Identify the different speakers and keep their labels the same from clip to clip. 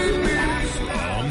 Speaker 1: From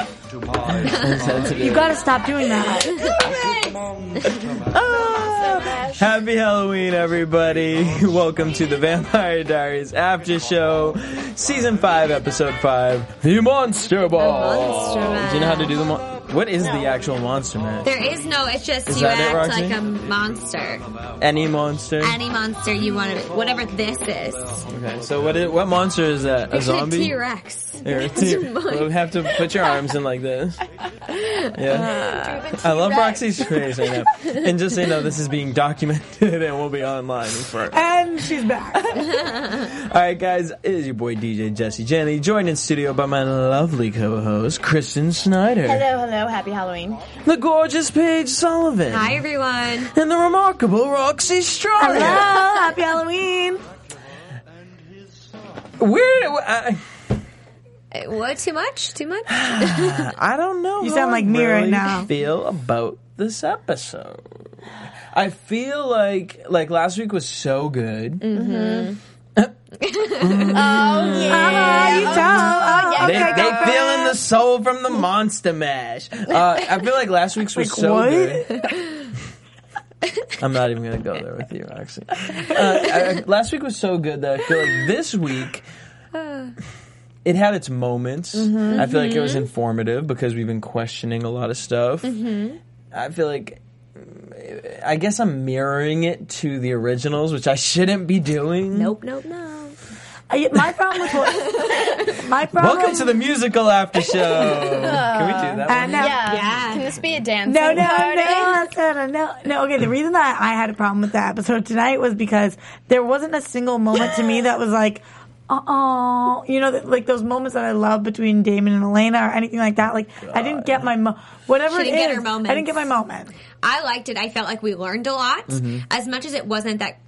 Speaker 2: You gotta stop doing that.
Speaker 3: Happy Halloween, everybody. Welcome to the Vampire Diaries After Show, Season 5, Episode 5, The Monster Ball.
Speaker 2: The Monster Man.
Speaker 3: Do you know how to do the mon- What is the actual Monster Man?
Speaker 4: There is no. It's just
Speaker 3: Is
Speaker 4: you
Speaker 3: that it,
Speaker 4: act
Speaker 3: Roxy?
Speaker 4: like a monster.
Speaker 3: Any monster?
Speaker 4: Any monster you want to, whatever this is.
Speaker 3: Okay, so what, is, what monster is that? A zombie?
Speaker 4: T Rex.
Speaker 3: Or a t- We'll have to put your arms in like this. Yeah. I love Roxy's face right now. And just so you know, this is being documented and will be online for
Speaker 2: And she's back.
Speaker 3: All right, guys, it is your boy DJ Jesse Jenny, joined in studio by my lovely co-host Kristen Snyder,
Speaker 5: Hello, hello, happy Halloween.
Speaker 3: the gorgeous Paige Sullivan,
Speaker 4: Hi everyone.
Speaker 3: and the remarkable Roxy Strong.
Speaker 2: Hello, happy Halloween.
Speaker 3: Where? I,
Speaker 4: Uh, What? Too much? Too much?
Speaker 3: I don't know.
Speaker 2: You
Speaker 3: how
Speaker 2: sound like
Speaker 3: I
Speaker 2: me right
Speaker 3: really
Speaker 2: now.
Speaker 3: Feel about this episode? I feel like like last week was so good.
Speaker 2: Oh, How Mm-hmm. Uh-huh, you tell? Oh,
Speaker 3: They,
Speaker 2: okay,
Speaker 3: they
Speaker 2: go for
Speaker 3: feeling
Speaker 2: it.
Speaker 3: the soul from the monster mash. Uh, I feel like last week's was
Speaker 2: Like,
Speaker 3: so
Speaker 2: what?
Speaker 3: good. I'm not even gonna go there with you, Roxy. Uh, I- I- last week was so good that I feel like this week. It had its moments.
Speaker 5: Mm-hmm.
Speaker 3: I feel like it was informative because we've been questioning a lot of stuff.
Speaker 5: Mm-hmm.
Speaker 3: I feel like, I guess I'm mirroring it to the originals, which I shouldn't be doing.
Speaker 4: nope. Nope. No.
Speaker 2: I- My problem with what? My problem.
Speaker 3: Welcome to the musical after show. Can we do that? one?
Speaker 2: Uh, no.
Speaker 5: Yeah.
Speaker 4: Yeah.
Speaker 5: Can this be a dancing
Speaker 2: No, no,
Speaker 5: party?
Speaker 2: no, no, no, no. Okay, the reason that I had a problem with the episode tonight was because there wasn't a single moment to me that was like, oh, you know, that, like those moments that I love between Damon and Elena or anything like that. Like, I didn't get my mo- whatever
Speaker 4: She
Speaker 2: it
Speaker 4: didn't get her
Speaker 2: is,
Speaker 4: moments.
Speaker 2: I didn't get my moment.
Speaker 4: I liked it. I felt like we learned a lot.
Speaker 3: Mm-hmm.
Speaker 4: As much as it wasn't that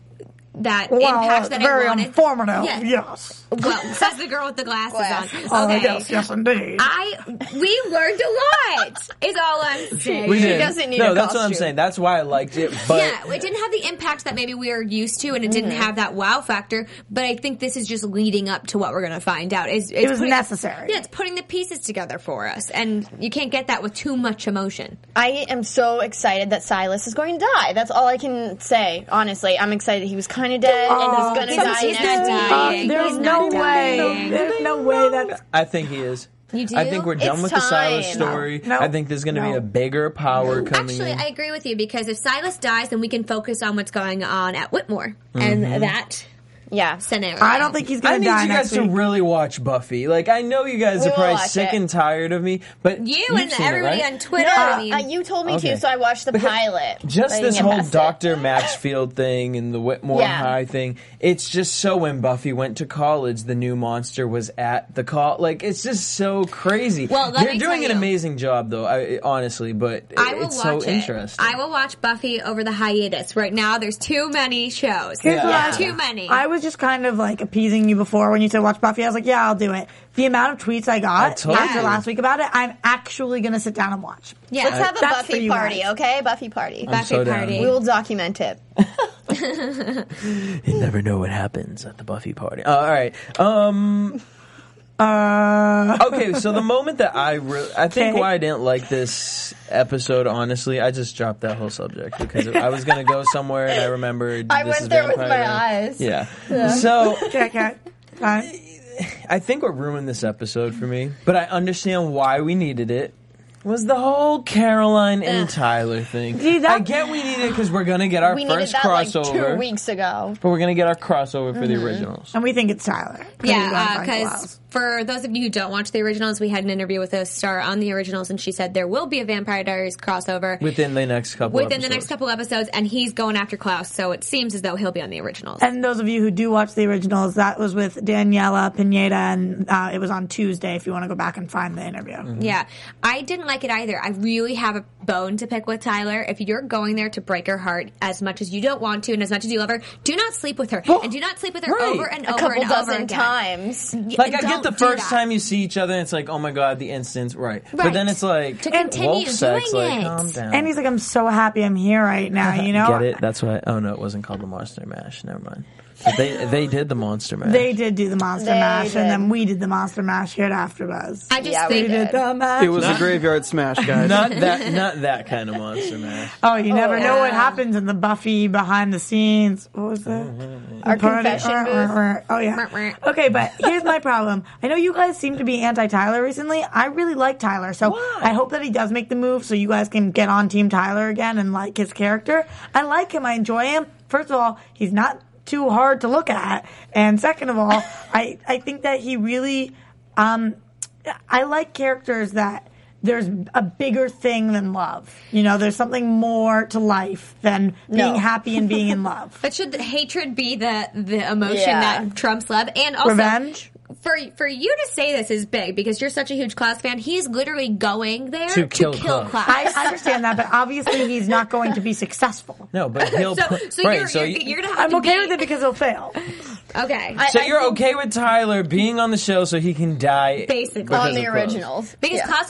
Speaker 4: that
Speaker 2: Well,
Speaker 4: impact that
Speaker 2: very
Speaker 4: I wanted.
Speaker 2: informative.
Speaker 4: Yes.
Speaker 2: Yes.
Speaker 4: Well, says the girl with the glasses
Speaker 5: Glass.
Speaker 4: on.
Speaker 2: Oh,
Speaker 4: Okay.
Speaker 2: yes, yes, indeed.
Speaker 4: I we learned a lot. Is all I'm saying.
Speaker 3: We
Speaker 5: She
Speaker 3: did.
Speaker 5: doesn't need
Speaker 3: no,
Speaker 5: a
Speaker 3: that's what I'm
Speaker 5: costume.
Speaker 3: saying. That's why I liked it. But
Speaker 4: yeah, it didn't have the impact that maybe we were used to, and it
Speaker 2: Mm-hmm.
Speaker 4: didn't have that wow factor. But I think this is just leading up to what we're going to find out. Is
Speaker 2: It was necessary.
Speaker 4: yeah, it's putting the pieces together for us, and you can't get that with too much emotion.
Speaker 5: I am so excited that Silas is going to die. That's all I can say. Honestly, I'm excited. He was kind of dead,
Speaker 2: Oh,
Speaker 5: and he's
Speaker 4: since
Speaker 5: gonna die
Speaker 4: he's
Speaker 5: next
Speaker 4: not
Speaker 5: week.
Speaker 4: dying.
Speaker 2: There's
Speaker 4: He's
Speaker 2: no
Speaker 4: not
Speaker 2: way.
Speaker 4: dying.
Speaker 2: There's no way that's
Speaker 3: I think he is.
Speaker 4: You do?
Speaker 3: I think we're done
Speaker 5: It's
Speaker 3: with the Silas
Speaker 5: time.
Speaker 3: story.
Speaker 2: No.
Speaker 3: I think there's going to be
Speaker 2: No.
Speaker 3: a bigger power coming
Speaker 4: Actually,
Speaker 3: in.
Speaker 4: I agree with you because if Silas dies, then we can focus on what's going on at Whitmore
Speaker 3: Mm-hmm.
Speaker 4: and that
Speaker 5: Yeah.
Speaker 4: scenario.
Speaker 2: I don't think he's
Speaker 3: I
Speaker 2: gonna
Speaker 3: need
Speaker 2: die
Speaker 3: you
Speaker 2: next
Speaker 3: guys to
Speaker 2: week.
Speaker 3: really watch Buffy. Like, I know you guys
Speaker 5: We
Speaker 3: are
Speaker 5: will
Speaker 3: probably
Speaker 5: watch
Speaker 3: sick
Speaker 5: it.
Speaker 3: and tired of me, but
Speaker 4: you
Speaker 3: you've
Speaker 4: and
Speaker 3: seen
Speaker 4: everybody
Speaker 3: it, right?
Speaker 4: on Twitter. I mean,
Speaker 5: Uh, you told me
Speaker 3: Okay.
Speaker 5: to, so I watched the
Speaker 3: Because
Speaker 5: pilot.
Speaker 3: Just
Speaker 5: I
Speaker 3: this
Speaker 5: didn't get
Speaker 3: whole
Speaker 5: past it.
Speaker 3: Doctor Maxfield thing and the Whitmore
Speaker 5: Yeah.
Speaker 3: High thing. It's just so when Buffy went to college, the new monster was at the call. Like, it's just so crazy.
Speaker 4: Well, let
Speaker 3: they're
Speaker 4: me
Speaker 3: doing
Speaker 4: tell
Speaker 3: an
Speaker 4: you.
Speaker 3: amazing job, though. I, honestly, but
Speaker 4: I will
Speaker 3: it's
Speaker 4: watch
Speaker 3: so
Speaker 4: it.
Speaker 3: interesting.
Speaker 4: I will watch Buffy over the hiatus. Right now, there's too many shows.
Speaker 2: Here's what I-
Speaker 4: Too many.
Speaker 2: I was just kind of like appeasing you before when you said watch Buffy. I was like, yeah, I'll do it. The amount of tweets I
Speaker 3: I
Speaker 2: got
Speaker 3: told
Speaker 2: after
Speaker 3: you.
Speaker 2: last week about it, I'm actually going to sit down and watch.
Speaker 4: yeah.
Speaker 5: Let's have a
Speaker 2: That's for
Speaker 5: Buffy
Speaker 2: you
Speaker 5: party,
Speaker 2: guys.
Speaker 5: okay? Buffy party.
Speaker 4: Buffy
Speaker 3: so down.
Speaker 4: party.
Speaker 5: We will document it.
Speaker 3: You never know what happens at the Buffy party. Uh, all right. Um.
Speaker 2: Uh,
Speaker 3: Okay. So the moment that I, re- I think
Speaker 2: Okay.
Speaker 3: why I didn't like this episode, honestly, I just dropped that whole subject because I was gonna go somewhere and I remembered.
Speaker 5: I
Speaker 3: this
Speaker 5: went
Speaker 3: is
Speaker 5: there with
Speaker 3: Vampire
Speaker 5: my
Speaker 3: Diaries.
Speaker 5: eyes.
Speaker 3: Yeah. So
Speaker 2: okay, okay. Fine.
Speaker 3: I think what ruined this episode for me, but I understand why we needed it. was the whole Caroline and Tyler thing.
Speaker 2: See, that-
Speaker 3: I get we need it because we're gonna get our
Speaker 5: We needed
Speaker 3: first
Speaker 5: that
Speaker 3: crossover,
Speaker 5: like two weeks ago.
Speaker 3: but we're gonna get our crossover for the originals.
Speaker 2: And we think it's Tyler.
Speaker 4: Yeah, uh, because for those of you who don't watch the originals, we had an interview with a star on the originals, and she said there will be a Vampire Diaries crossover
Speaker 3: Within the next couple.
Speaker 4: within the
Speaker 3: episodes.
Speaker 4: next couple episodes, and he's going after Klaus, so it seems as though he'll be on the originals.
Speaker 2: and those of you who do watch the originals, that was with Daniela Pineda, and uh, it was on Tuesday. If you want to go back and find the interview,
Speaker 3: Mm-hmm.
Speaker 4: yeah, I didn't like it either. I really have a bone to pick with Tyler. If you're going there to break her heart as much as you don't want to, and as much as you love her, do not sleep with her, and do not sleep with her
Speaker 3: Right.
Speaker 4: over and
Speaker 3: A
Speaker 4: over
Speaker 5: A couple
Speaker 4: and over
Speaker 5: dozen
Speaker 4: again.
Speaker 5: times.
Speaker 3: Like I
Speaker 4: Don't
Speaker 3: get the
Speaker 4: do that.
Speaker 3: first time you see each other, and it's like, oh my god, the instance, right? But
Speaker 4: Right.
Speaker 3: then it's like
Speaker 4: To continue
Speaker 3: wolf sex,
Speaker 4: doing
Speaker 3: like
Speaker 4: it.
Speaker 3: calm down.
Speaker 2: and he's like, "I'm so happy I'm here right now." You know,
Speaker 3: get it? That's why. Oh no, it wasn't called the Monster Mash. Never mind. But they they did the Monster Mash.
Speaker 2: They did do the Monster
Speaker 5: They
Speaker 2: Mash,
Speaker 5: did.
Speaker 2: and then we did the Monster Mash here at AfterBuzz.
Speaker 4: I just
Speaker 5: Yeah, we
Speaker 4: think
Speaker 5: did.
Speaker 2: The Mash-
Speaker 6: It was a graveyard smash, guys.
Speaker 3: not that not that kind of Monster Mash.
Speaker 2: oh, you never know what happens in the Buffy behind the scenes. What was that?
Speaker 5: Mm-hmm. Our
Speaker 2: Party-
Speaker 5: confession
Speaker 2: uh, uh,
Speaker 5: booth.
Speaker 2: uh, Oh yeah. Okay, but here's my problem. I know you guys seem to be anti Tyler recently. I really like Tyler, so I hope that he does make the move, so you guys can get on Team Tyler again and like his character. I like him. I enjoy him. First of all, he's not too hard to look at, and second of all, I I think that he really, um, I like characters that. There's a bigger thing than love. You know, there's something more to life than being happy and being in love.
Speaker 4: But should hatred be the the emotion
Speaker 5: Yeah.
Speaker 4: that trumps love? And also
Speaker 2: Revenge?
Speaker 4: For for you to say this is big because you're such a huge Klaus fan. He's literally going there
Speaker 3: To
Speaker 4: to,
Speaker 3: kill
Speaker 4: kill,
Speaker 3: Klaus.
Speaker 4: Klaus.
Speaker 2: I I understand that, but obviously he's not going to be successful.
Speaker 3: No, but he'll
Speaker 4: so
Speaker 3: put-
Speaker 4: so
Speaker 3: right.
Speaker 4: you're,
Speaker 3: so
Speaker 4: you're,
Speaker 3: you-
Speaker 4: you're gonna have
Speaker 2: I'm
Speaker 4: to
Speaker 2: okay
Speaker 4: be,
Speaker 2: with it because he'll fail.
Speaker 4: Okay,
Speaker 5: I-
Speaker 3: so
Speaker 5: I
Speaker 3: you're
Speaker 5: think
Speaker 3: okay with Tyler being on the show so he can die
Speaker 4: basically
Speaker 3: because
Speaker 5: on
Speaker 3: of
Speaker 5: the
Speaker 3: Klaus.
Speaker 5: originals.
Speaker 4: because
Speaker 5: Yeah.
Speaker 4: Klaus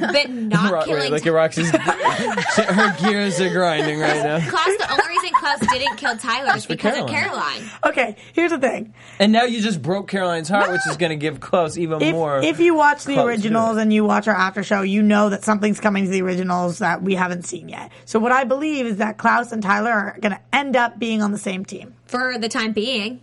Speaker 4: has been not
Speaker 3: Ro-
Speaker 4: killing.
Speaker 3: wait, look at Roxy's. her gears are grinding right now.
Speaker 4: Klaus, the only reason Klaus didn't kill Tyler is
Speaker 3: for
Speaker 4: because of
Speaker 3: Caroline.
Speaker 4: Caroline.
Speaker 2: Okay, here's the thing.
Speaker 3: And now you just broke Caroline's heart, which is going to give Klaus even
Speaker 2: If,
Speaker 3: more.
Speaker 2: if you watch the
Speaker 3: Klaus,
Speaker 2: originals
Speaker 3: yeah.
Speaker 2: and you watch our after show, you know that something's coming to the originals that we haven't seen yet. So what I believe is that Klaus and Tyler are going to end up being on the same team.
Speaker 4: for the time being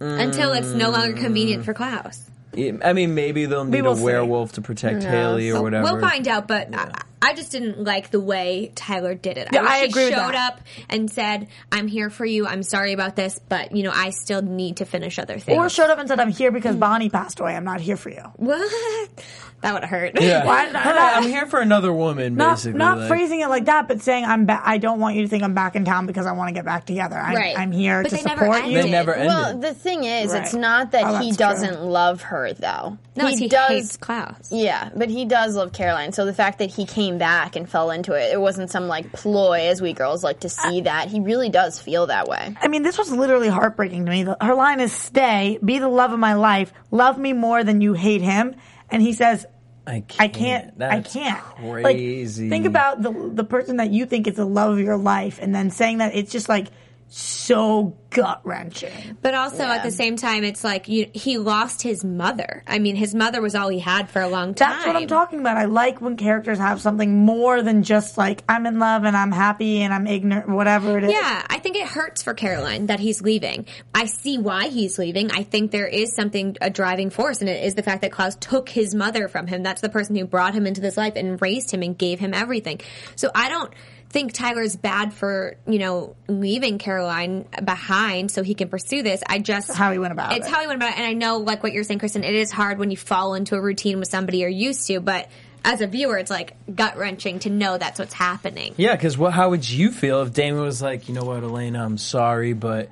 Speaker 4: until it's no longer convenient for Klaus.
Speaker 3: I mean, maybe they'll need a
Speaker 2: will see.
Speaker 3: werewolf to protect Haley or whatever.
Speaker 4: We'll find out, but I, I just didn't like the way Tyler did it.
Speaker 2: Yeah,
Speaker 4: wish
Speaker 2: I
Speaker 4: he
Speaker 2: agree with
Speaker 4: showed
Speaker 2: that.
Speaker 4: up and said, "I'm here for you. I'm sorry about this, but you know, I still need to finish other things."
Speaker 2: Or showed up and said, "I'm here because Bonnie passed away. I'm not here for you."
Speaker 4: what? That would hurt.
Speaker 3: Yeah.
Speaker 2: Why did I-
Speaker 3: Hey, I'm here for another woman,
Speaker 2: Not,
Speaker 3: basically.
Speaker 2: not
Speaker 3: like-
Speaker 2: phrasing it like that, but saying I'm. Ba- I don't want you to think I'm back in town because I want to get back together. I'm,
Speaker 4: Right.
Speaker 2: I'm here
Speaker 4: But
Speaker 2: to
Speaker 4: they never
Speaker 2: support you.
Speaker 4: ended.
Speaker 3: They never ended.
Speaker 5: Well, the thing is, it's
Speaker 2: Right.
Speaker 5: not that
Speaker 2: Oh,
Speaker 5: he
Speaker 2: that's true.
Speaker 5: doesn't love her though.
Speaker 4: No,
Speaker 5: he,
Speaker 4: he,
Speaker 5: does.
Speaker 4: hates Klaus.
Speaker 5: Yeah, but he does love Caroline. So the fact that he came back and fell into it, it wasn't some like ploy as we girls like to see that. He really does feel that way.
Speaker 2: I mean, this was literally heartbreaking to me. The- Her line is "Stay, be the love of my life, love me more than you hate him," and he says,
Speaker 3: I can't.
Speaker 2: "I can't, I
Speaker 3: That's
Speaker 2: can't." Like,
Speaker 3: Crazy.
Speaker 2: think about the the person that you think is the love of your life, and then saying that it's just like so gut wrenching.
Speaker 4: But also at the same time, it's like you, he lost his mother. I mean, his mother was all he had for a long time.
Speaker 2: That's what I'm talking about. I like when characters have something more than just like I'm in love and I'm happy and I'm ignorant, whatever it is.
Speaker 4: Yeah, I think it hurts for Caroline that he's leaving. I see why he's leaving. I think there is something a driving force, and it is the fact that Klaus took his mother from him. That's the person who brought him into this life and raised him and gave him everything. So I don't think Tyler's bad for you know leaving Caroline behind so he can pursue this. I just
Speaker 2: how he went about
Speaker 4: It's
Speaker 2: it.
Speaker 4: how he went about it, and I know like what you're saying, Kristen. It is hard when you fall into a routine with somebody you're used to, but. As a viewer, it's like gut wrenching to know that's what's happening.
Speaker 3: Yeah, because what? How would you feel if Damon was like, you know what, Elena, I'm sorry, but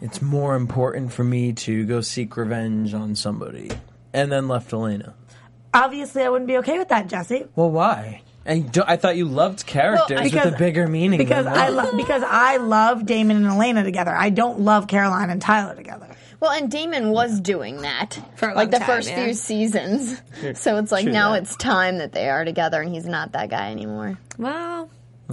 Speaker 3: it's more important for me to go seek revenge on somebody, and then left Elena.
Speaker 2: Obviously, I wouldn't be okay with that, Jesse.
Speaker 3: Well, why? And do, I thought you loved characters with a bigger meaning.
Speaker 2: Because
Speaker 3: than
Speaker 2: I
Speaker 3: love.
Speaker 2: love because I love Damon and Elena together. I don't love Caroline and Tyler together.
Speaker 5: Well, and Damon was doing that
Speaker 4: For a
Speaker 5: like
Speaker 4: long
Speaker 5: the
Speaker 4: time,
Speaker 5: first
Speaker 4: yeah.
Speaker 5: few seasons. So it's like
Speaker 3: true
Speaker 5: now
Speaker 3: that.
Speaker 5: it's time that they are together, and he's not that guy anymore.
Speaker 4: Well,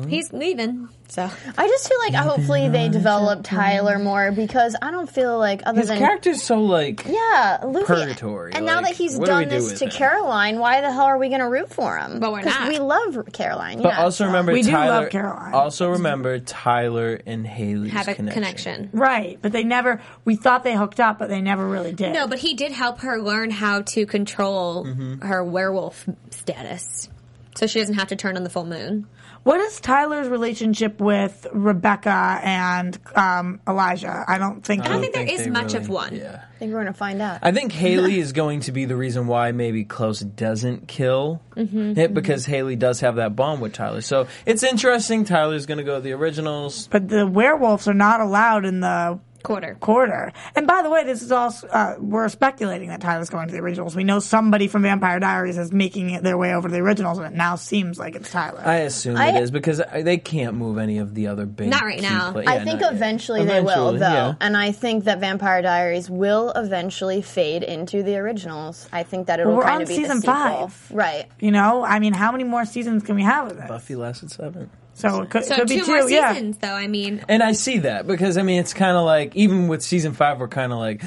Speaker 4: he's leaving, so
Speaker 5: I just feel like hopefully they develop Tyler more because I don't feel like other
Speaker 3: His
Speaker 5: than
Speaker 3: character's so like.
Speaker 5: yeah, Luffy.
Speaker 3: purgatory,
Speaker 5: And now
Speaker 3: like,
Speaker 5: that he's
Speaker 3: what do we
Speaker 5: done
Speaker 3: do
Speaker 5: this
Speaker 3: with
Speaker 5: to
Speaker 3: him?
Speaker 5: Caroline, why the hell are we going to root for him?
Speaker 4: But we're
Speaker 5: 'Cause
Speaker 4: not.
Speaker 5: We love Caroline.
Speaker 3: But
Speaker 5: yeah,
Speaker 3: also
Speaker 5: so-
Speaker 3: remember,
Speaker 2: We do love
Speaker 3: Tyler.
Speaker 2: Caroline.
Speaker 3: Also remember Tyler and Haley's
Speaker 4: have a
Speaker 3: connection.
Speaker 4: connection.
Speaker 2: Right, but they never. We thought they hooked up, but they never really did.
Speaker 4: No, but
Speaker 2: Mm-hmm.
Speaker 4: he did help her learn how to control her werewolf status. so she doesn't have to turn on the full moon.
Speaker 2: What is Tyler's relationship with Rebecca and um, Elijah? I don't think.
Speaker 4: I don't think there is
Speaker 3: they
Speaker 4: much
Speaker 3: really-
Speaker 4: of one.
Speaker 3: Yeah.
Speaker 5: I think we're gonna find out.
Speaker 3: I think Haley is going to be the reason why maybe Close doesn't kill it because Haley does have that bond with Tyler. So it's interesting. Tyler's going to go to the originals.
Speaker 2: but the werewolves are not allowed in the
Speaker 4: Quarter.
Speaker 2: quarter. And by the way, this is all uh, we're speculating that Tyler's going to the originals. We know somebody from Vampire Diaries is making it their way over to the originals, and it now seems like it's Tyler.
Speaker 3: I assume
Speaker 5: I-
Speaker 3: it is because I- they can't move any of the other big.
Speaker 4: Not right
Speaker 3: key
Speaker 4: now.
Speaker 3: pla-
Speaker 5: I
Speaker 3: yeah,
Speaker 5: think
Speaker 3: not yet.
Speaker 5: eventually, they will,
Speaker 3: Eventually,
Speaker 5: though,
Speaker 3: yeah.
Speaker 5: and I think that Vampire Diaries will eventually fade into the originals. I think that it'll
Speaker 2: Well, we're
Speaker 5: kind
Speaker 2: on
Speaker 5: of be
Speaker 2: season
Speaker 5: the sequel.
Speaker 2: five.
Speaker 5: right?
Speaker 2: you know, I mean, how many more seasons can we have of this?
Speaker 3: Buffy lasted seven.
Speaker 2: So it could,
Speaker 4: So
Speaker 2: could
Speaker 4: two,
Speaker 2: be two.
Speaker 4: more
Speaker 2: yeah.
Speaker 4: seasons, though. I mean,
Speaker 3: And I see that because I mean it's kind of like even with season five we're kind of like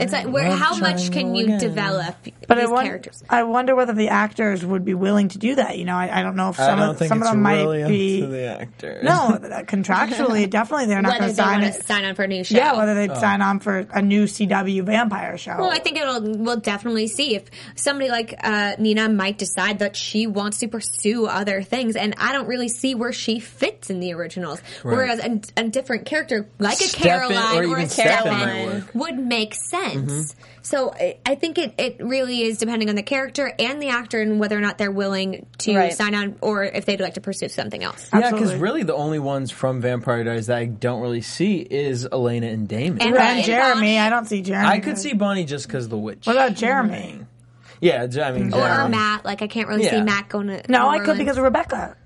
Speaker 4: it's like where,
Speaker 3: Love
Speaker 4: how much can
Speaker 3: triangle
Speaker 4: you
Speaker 3: again.
Speaker 4: develop
Speaker 2: But I,
Speaker 4: these
Speaker 2: won-
Speaker 4: characters?
Speaker 2: I wonder whether the actors would be willing to do that. You know, I, I don't know if
Speaker 3: I
Speaker 2: some,
Speaker 3: don't
Speaker 2: of,
Speaker 3: think
Speaker 2: some of
Speaker 3: it's
Speaker 2: them might
Speaker 3: really
Speaker 2: be.
Speaker 3: up to the actors.
Speaker 2: no, contractually, definitely they're
Speaker 4: Whether
Speaker 2: not going
Speaker 4: they
Speaker 2: to sign
Speaker 4: want
Speaker 2: it.
Speaker 4: to sign on for a new show?
Speaker 2: Yeah, whether
Speaker 3: Oh.
Speaker 2: they'd sign on for a new CW vampire show.
Speaker 4: Well, I think it'll we'll definitely see if somebody like uh, Nina might decide that she wants to pursue other things, and I don't really see where she fits in the originals. Whereas a, a different character like a
Speaker 3: Stefan
Speaker 4: Caroline
Speaker 3: or
Speaker 4: or, a
Speaker 3: even
Speaker 5: Stefan might
Speaker 4: Caroline
Speaker 3: work. Mm-hmm.
Speaker 4: would make sense. So I, I think it it really is depending on the character and the actor and whether or not they're willing to
Speaker 5: Right.
Speaker 4: sign on or if they'd like to pursue something else.
Speaker 3: Yeah, because
Speaker 2: Absolutely.
Speaker 3: really the only ones from Vampire Diaries that I don't really see is Elena and Damon.
Speaker 4: And
Speaker 2: and
Speaker 4: Right.
Speaker 2: Jeremy, I don't see Jeremy.
Speaker 3: I could see Bonnie just because the witch.
Speaker 2: What about Jeremy?
Speaker 3: yeah, J- I mean,
Speaker 4: Or
Speaker 3: Jeremy.
Speaker 4: Matt, like I can't really see
Speaker 3: Yeah.
Speaker 4: Matt going to.
Speaker 2: No, I
Speaker 4: Orlando.
Speaker 2: could because of Rebecca.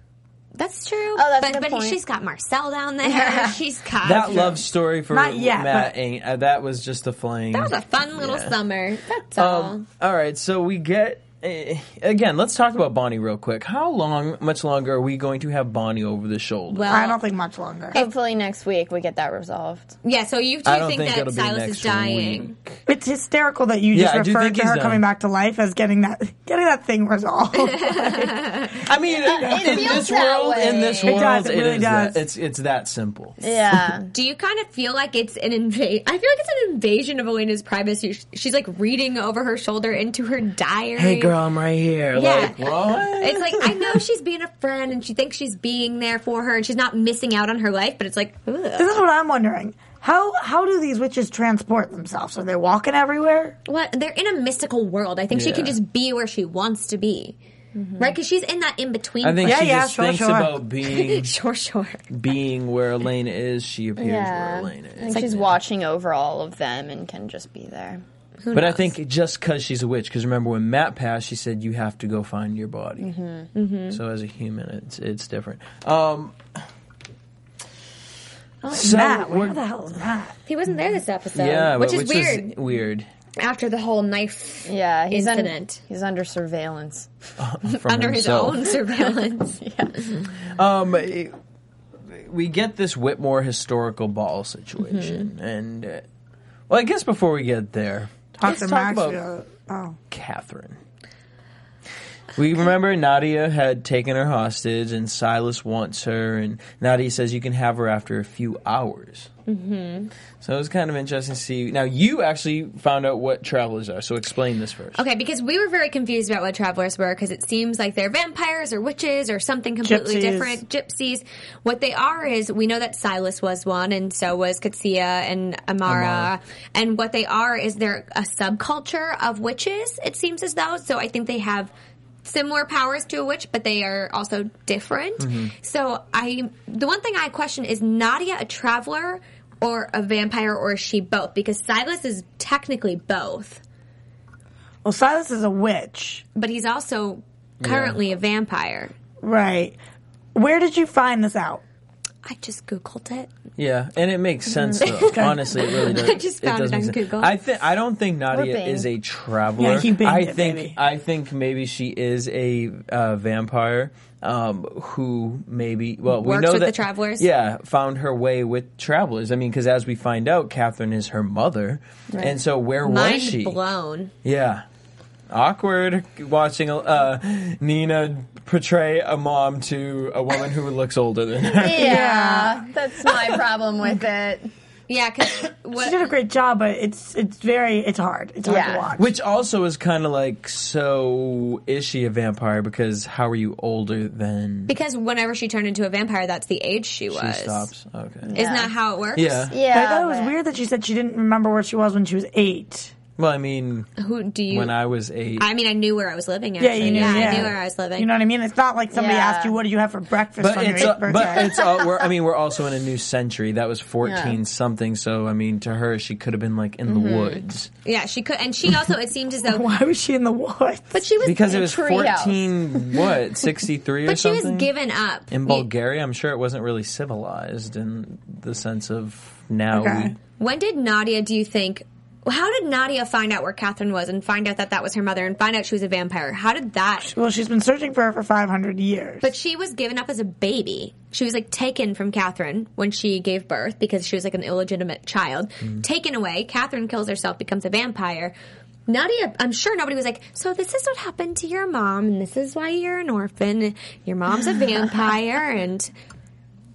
Speaker 4: That's true.
Speaker 5: Oh, that's
Speaker 4: but,
Speaker 5: a good
Speaker 4: but
Speaker 5: point.
Speaker 4: she's got Marcel down there. she's got
Speaker 3: that love story for
Speaker 2: Not yet,
Speaker 3: Matt
Speaker 2: but-
Speaker 3: ain't uh, that was just a flame.
Speaker 4: That was a fun little
Speaker 3: Mm. Yeah.
Speaker 4: summer. That's all.
Speaker 3: Um, all right, so we get eh, again. Let's talk about Bonnie real quick. How long, much longer, are we going to have Bonnie over the shoulder?
Speaker 4: Well,
Speaker 2: I don't think much longer.
Speaker 5: Hopefully, next week we get that resolved.
Speaker 4: yeah. So you do
Speaker 3: I don't
Speaker 4: think,
Speaker 3: think
Speaker 4: that
Speaker 3: it'll be
Speaker 4: Silas
Speaker 3: next
Speaker 4: is dying?
Speaker 3: week.
Speaker 2: It's hysterical that you
Speaker 3: Yeah,
Speaker 2: just
Speaker 3: I do
Speaker 2: referred
Speaker 3: think
Speaker 2: to
Speaker 3: he's
Speaker 2: her
Speaker 3: done.
Speaker 2: coming back to life as getting that getting that thing resolved.
Speaker 3: I mean,
Speaker 5: it
Speaker 3: in,
Speaker 5: feels
Speaker 3: this
Speaker 5: that
Speaker 3: world, in
Speaker 5: way.
Speaker 3: this
Speaker 5: It
Speaker 3: world,
Speaker 2: does, it really
Speaker 3: is that-
Speaker 2: does.
Speaker 3: it's it's that simple.
Speaker 5: Yeah,
Speaker 4: Do you kind of feel like it's an invasion? I feel like it's an invasion of Elena's privacy. Sh- She's like reading over her shoulder into her diary.
Speaker 3: Hey, girl, I'm right here.
Speaker 4: Yeah.
Speaker 3: Like, what?
Speaker 4: It's like I know she's being a friend and she thinks she's being there for her and she's not missing out on her life, but it's like ugh.
Speaker 2: this is what I'm wondering. How how do these witches transport themselves? Are they walking everywhere?
Speaker 4: what they're in a mystical world. I think she can
Speaker 3: Yeah.
Speaker 4: just be where she wants to be, right? Because she's in that in between.
Speaker 3: I think
Speaker 2: Yeah,
Speaker 3: she
Speaker 2: yeah,
Speaker 3: just
Speaker 2: sure,
Speaker 3: thinks
Speaker 2: sure.
Speaker 3: about being
Speaker 4: sure, sure.
Speaker 3: being where Elena is. She appears
Speaker 5: yeah.
Speaker 3: where Elena
Speaker 5: I
Speaker 3: is.
Speaker 5: think she's watching over all of them and can just be there.
Speaker 3: but I think just because she's a witch. Because remember when Matt passed, she said you have to go find your body. So as a human, it's it's different. Um,
Speaker 4: Um,
Speaker 3: so
Speaker 2: Matt, where
Speaker 3: we're-
Speaker 2: the hell is Matt?
Speaker 4: He wasn't there this episode,
Speaker 3: yeah,
Speaker 4: which
Speaker 3: but-
Speaker 4: is weird.
Speaker 3: weird.
Speaker 4: after the whole knife
Speaker 5: Yeah, he's un-
Speaker 4: incident
Speaker 5: he's under surveillance.
Speaker 3: from
Speaker 4: under his
Speaker 3: himself.
Speaker 4: own surveillance.
Speaker 3: Um, it- we get this Whitmore historical ball situation, and uh, well, I guess before we get there, let's
Speaker 2: Dr.
Speaker 3: talk
Speaker 2: Maxfield.
Speaker 3: about
Speaker 2: oh.
Speaker 3: Catherine. We remember Nadia had taken her hostage, and Silas wants her, and Nadia says you can have her after a few hours. Mm-hmm. So it was kind of interesting to see. Now you actually found out what travelers are, so explain this first.
Speaker 4: Okay, because we were very confused about what travelers were because it seems like they're vampires or witches or something completely
Speaker 2: Gypsies.
Speaker 4: different. Gypsies. What they are is we know that Silas was one, and so was Katsia and Amara. And what they are is they're a subculture of witches. It seems as though. So I think they have similar powers to a witch, but they are also different. So I, the one thing I question is Nadia a traveler or a vampire, or is she both? Because Silas is technically both
Speaker 2: Well, Silas is a witch,
Speaker 4: but he's also currently a vampire.
Speaker 2: right? Where did you find this out?
Speaker 4: I just googled it.
Speaker 3: Yeah, and it makes sense though. Honestly, it really does.
Speaker 4: Mm-hmm. I just found
Speaker 3: does
Speaker 4: it on
Speaker 3: make sense.
Speaker 4: Google.
Speaker 3: I think I don't think Nadia
Speaker 5: Bing.
Speaker 3: is a traveler.
Speaker 2: Yeah, he binged
Speaker 3: I
Speaker 2: it,
Speaker 3: think
Speaker 2: baby.
Speaker 3: I think maybe she is a uh, vampire um, who maybe well we
Speaker 4: Works
Speaker 3: know
Speaker 4: with
Speaker 3: that
Speaker 4: the travelers?
Speaker 3: Yeah, found her way with travelers. I mean, because as we find out, Catherine is her mother, and so where was
Speaker 4: Mind
Speaker 3: she?
Speaker 4: blown.
Speaker 3: Yeah. Awkward watching uh, Nina portray a mom to a woman who looks older than her.
Speaker 5: Yeah, that's my problem with it.
Speaker 4: Yeah, because
Speaker 2: She did a
Speaker 4: what?
Speaker 2: great job, but it's it's very it's hard. It's hard
Speaker 5: Yeah.
Speaker 2: to watch.
Speaker 3: Which also is kind of like, so is she a vampire? Because how are you older than
Speaker 4: Because whenever she turned into a vampire, that's the age she
Speaker 3: she
Speaker 4: was.
Speaker 3: stops? Okay.
Speaker 4: Isn't that how it works?
Speaker 3: Yeah.
Speaker 5: Yeah,
Speaker 2: But I thought it was
Speaker 5: but-
Speaker 2: weird that she said she didn't remember where she was when she was eight.
Speaker 3: Well, I mean,
Speaker 4: Who do you?
Speaker 3: when I was eight,
Speaker 4: I mean, I knew where I was living.
Speaker 2: Yeah,
Speaker 4: Actually.
Speaker 2: you knew. Yeah,
Speaker 4: I knew where I was living.
Speaker 2: You know what I mean? It's not like somebody
Speaker 5: Yeah.
Speaker 2: asked you, "What do you have for breakfast
Speaker 3: but
Speaker 2: on your
Speaker 3: it's
Speaker 2: eighth
Speaker 3: uh,
Speaker 2: birthday?"
Speaker 3: but it's all. We're, I mean, we're also in a new century. That was fourteen
Speaker 5: Yeah.
Speaker 3: something. So I mean, to her, she could have been like in the woods
Speaker 4: yeah, she could, and she also. It seemed as though,
Speaker 2: Why was she in the woods?
Speaker 4: but she was,
Speaker 3: because it was
Speaker 5: Tree house.
Speaker 3: fourteen. What sixty three or
Speaker 4: but she was
Speaker 3: something?
Speaker 4: given up
Speaker 3: in
Speaker 4: You-
Speaker 3: Bulgaria. I'm sure it wasn't really civilized in the sense of now.
Speaker 2: Okay.
Speaker 4: When did Nadia? Do you think? How did Nadia find out where Catherine was and find out that that was her mother and find out she was a vampire? How did that?
Speaker 2: well, she's been searching for her for five hundred years.
Speaker 4: But she was given up as a baby. She was like taken from Catherine when she gave birth because she was like an illegitimate child. Taken away. Catherine kills herself, becomes a vampire. Nadia, I'm sure nobody was like, so this is what happened to your mom, and this is why you're an orphan. Your mom's a vampire, and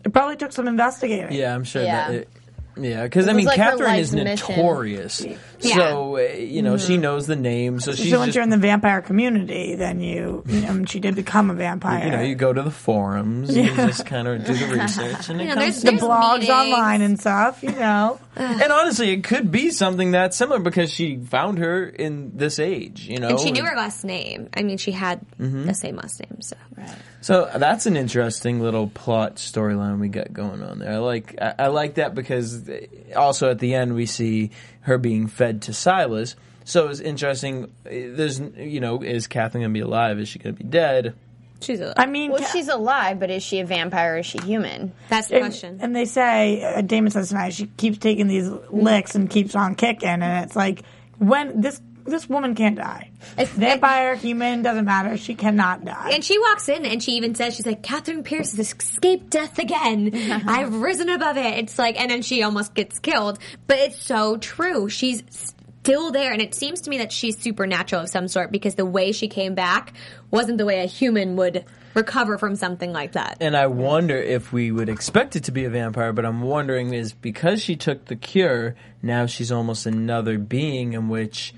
Speaker 2: it probably took some investigating.
Speaker 3: we, yeah, I'm sure
Speaker 5: Yeah.
Speaker 3: that. It, yeah, because I
Speaker 5: was
Speaker 3: mean,
Speaker 5: like her
Speaker 3: Catherine
Speaker 5: life's
Speaker 3: is
Speaker 5: mission. Mm-hmm.
Speaker 3: notorious, so uh, you know she knows the name. So she's
Speaker 2: so once
Speaker 3: just,
Speaker 2: you're in the vampire community, then you, you know, she did become a vampire.
Speaker 3: you know you go to the forums and you just kind of do the research, and it
Speaker 4: you know,
Speaker 3: comes
Speaker 4: there's,
Speaker 2: the
Speaker 4: there's
Speaker 2: blogs
Speaker 4: meetings. Uh,
Speaker 2: online and stuff. You know,
Speaker 3: And honestly, it could be something that similar because she found her in this age, you know.
Speaker 4: And she knew her last name. I mean, she had the same last name, so.
Speaker 3: So that's an interesting little plot storyline we got going on there. I like I, I like that because eh, also at the end we see her being fed to Silas. So it's interesting. eh, There's you know, is Catherine gonna be alive? Is she gonna be dead?
Speaker 4: She's a,
Speaker 2: I mean,
Speaker 5: Well,
Speaker 2: Ca-
Speaker 5: she's alive, but is she a vampire? Or is she human?
Speaker 4: that's the question.
Speaker 2: and, and they say uh, Damon says tonight she keeps taking these licks and keeps on kicking, and it's like when this this woman can't die.
Speaker 4: It's-
Speaker 2: Vampire, human, doesn't matter. She cannot die.
Speaker 4: And she walks in and she even says, she's like, Catherine Pierce has escaped death again. I've risen above it. It's like, and then she almost gets killed. But it's so true. She's still there. And it seems to me that she's supernatural of some sort because the way she came back wasn't the way a human would recover from something like that.
Speaker 3: And I wonder if we would expect it to be a vampire, but I'm wondering is because she took the cure, now she's almost another being in which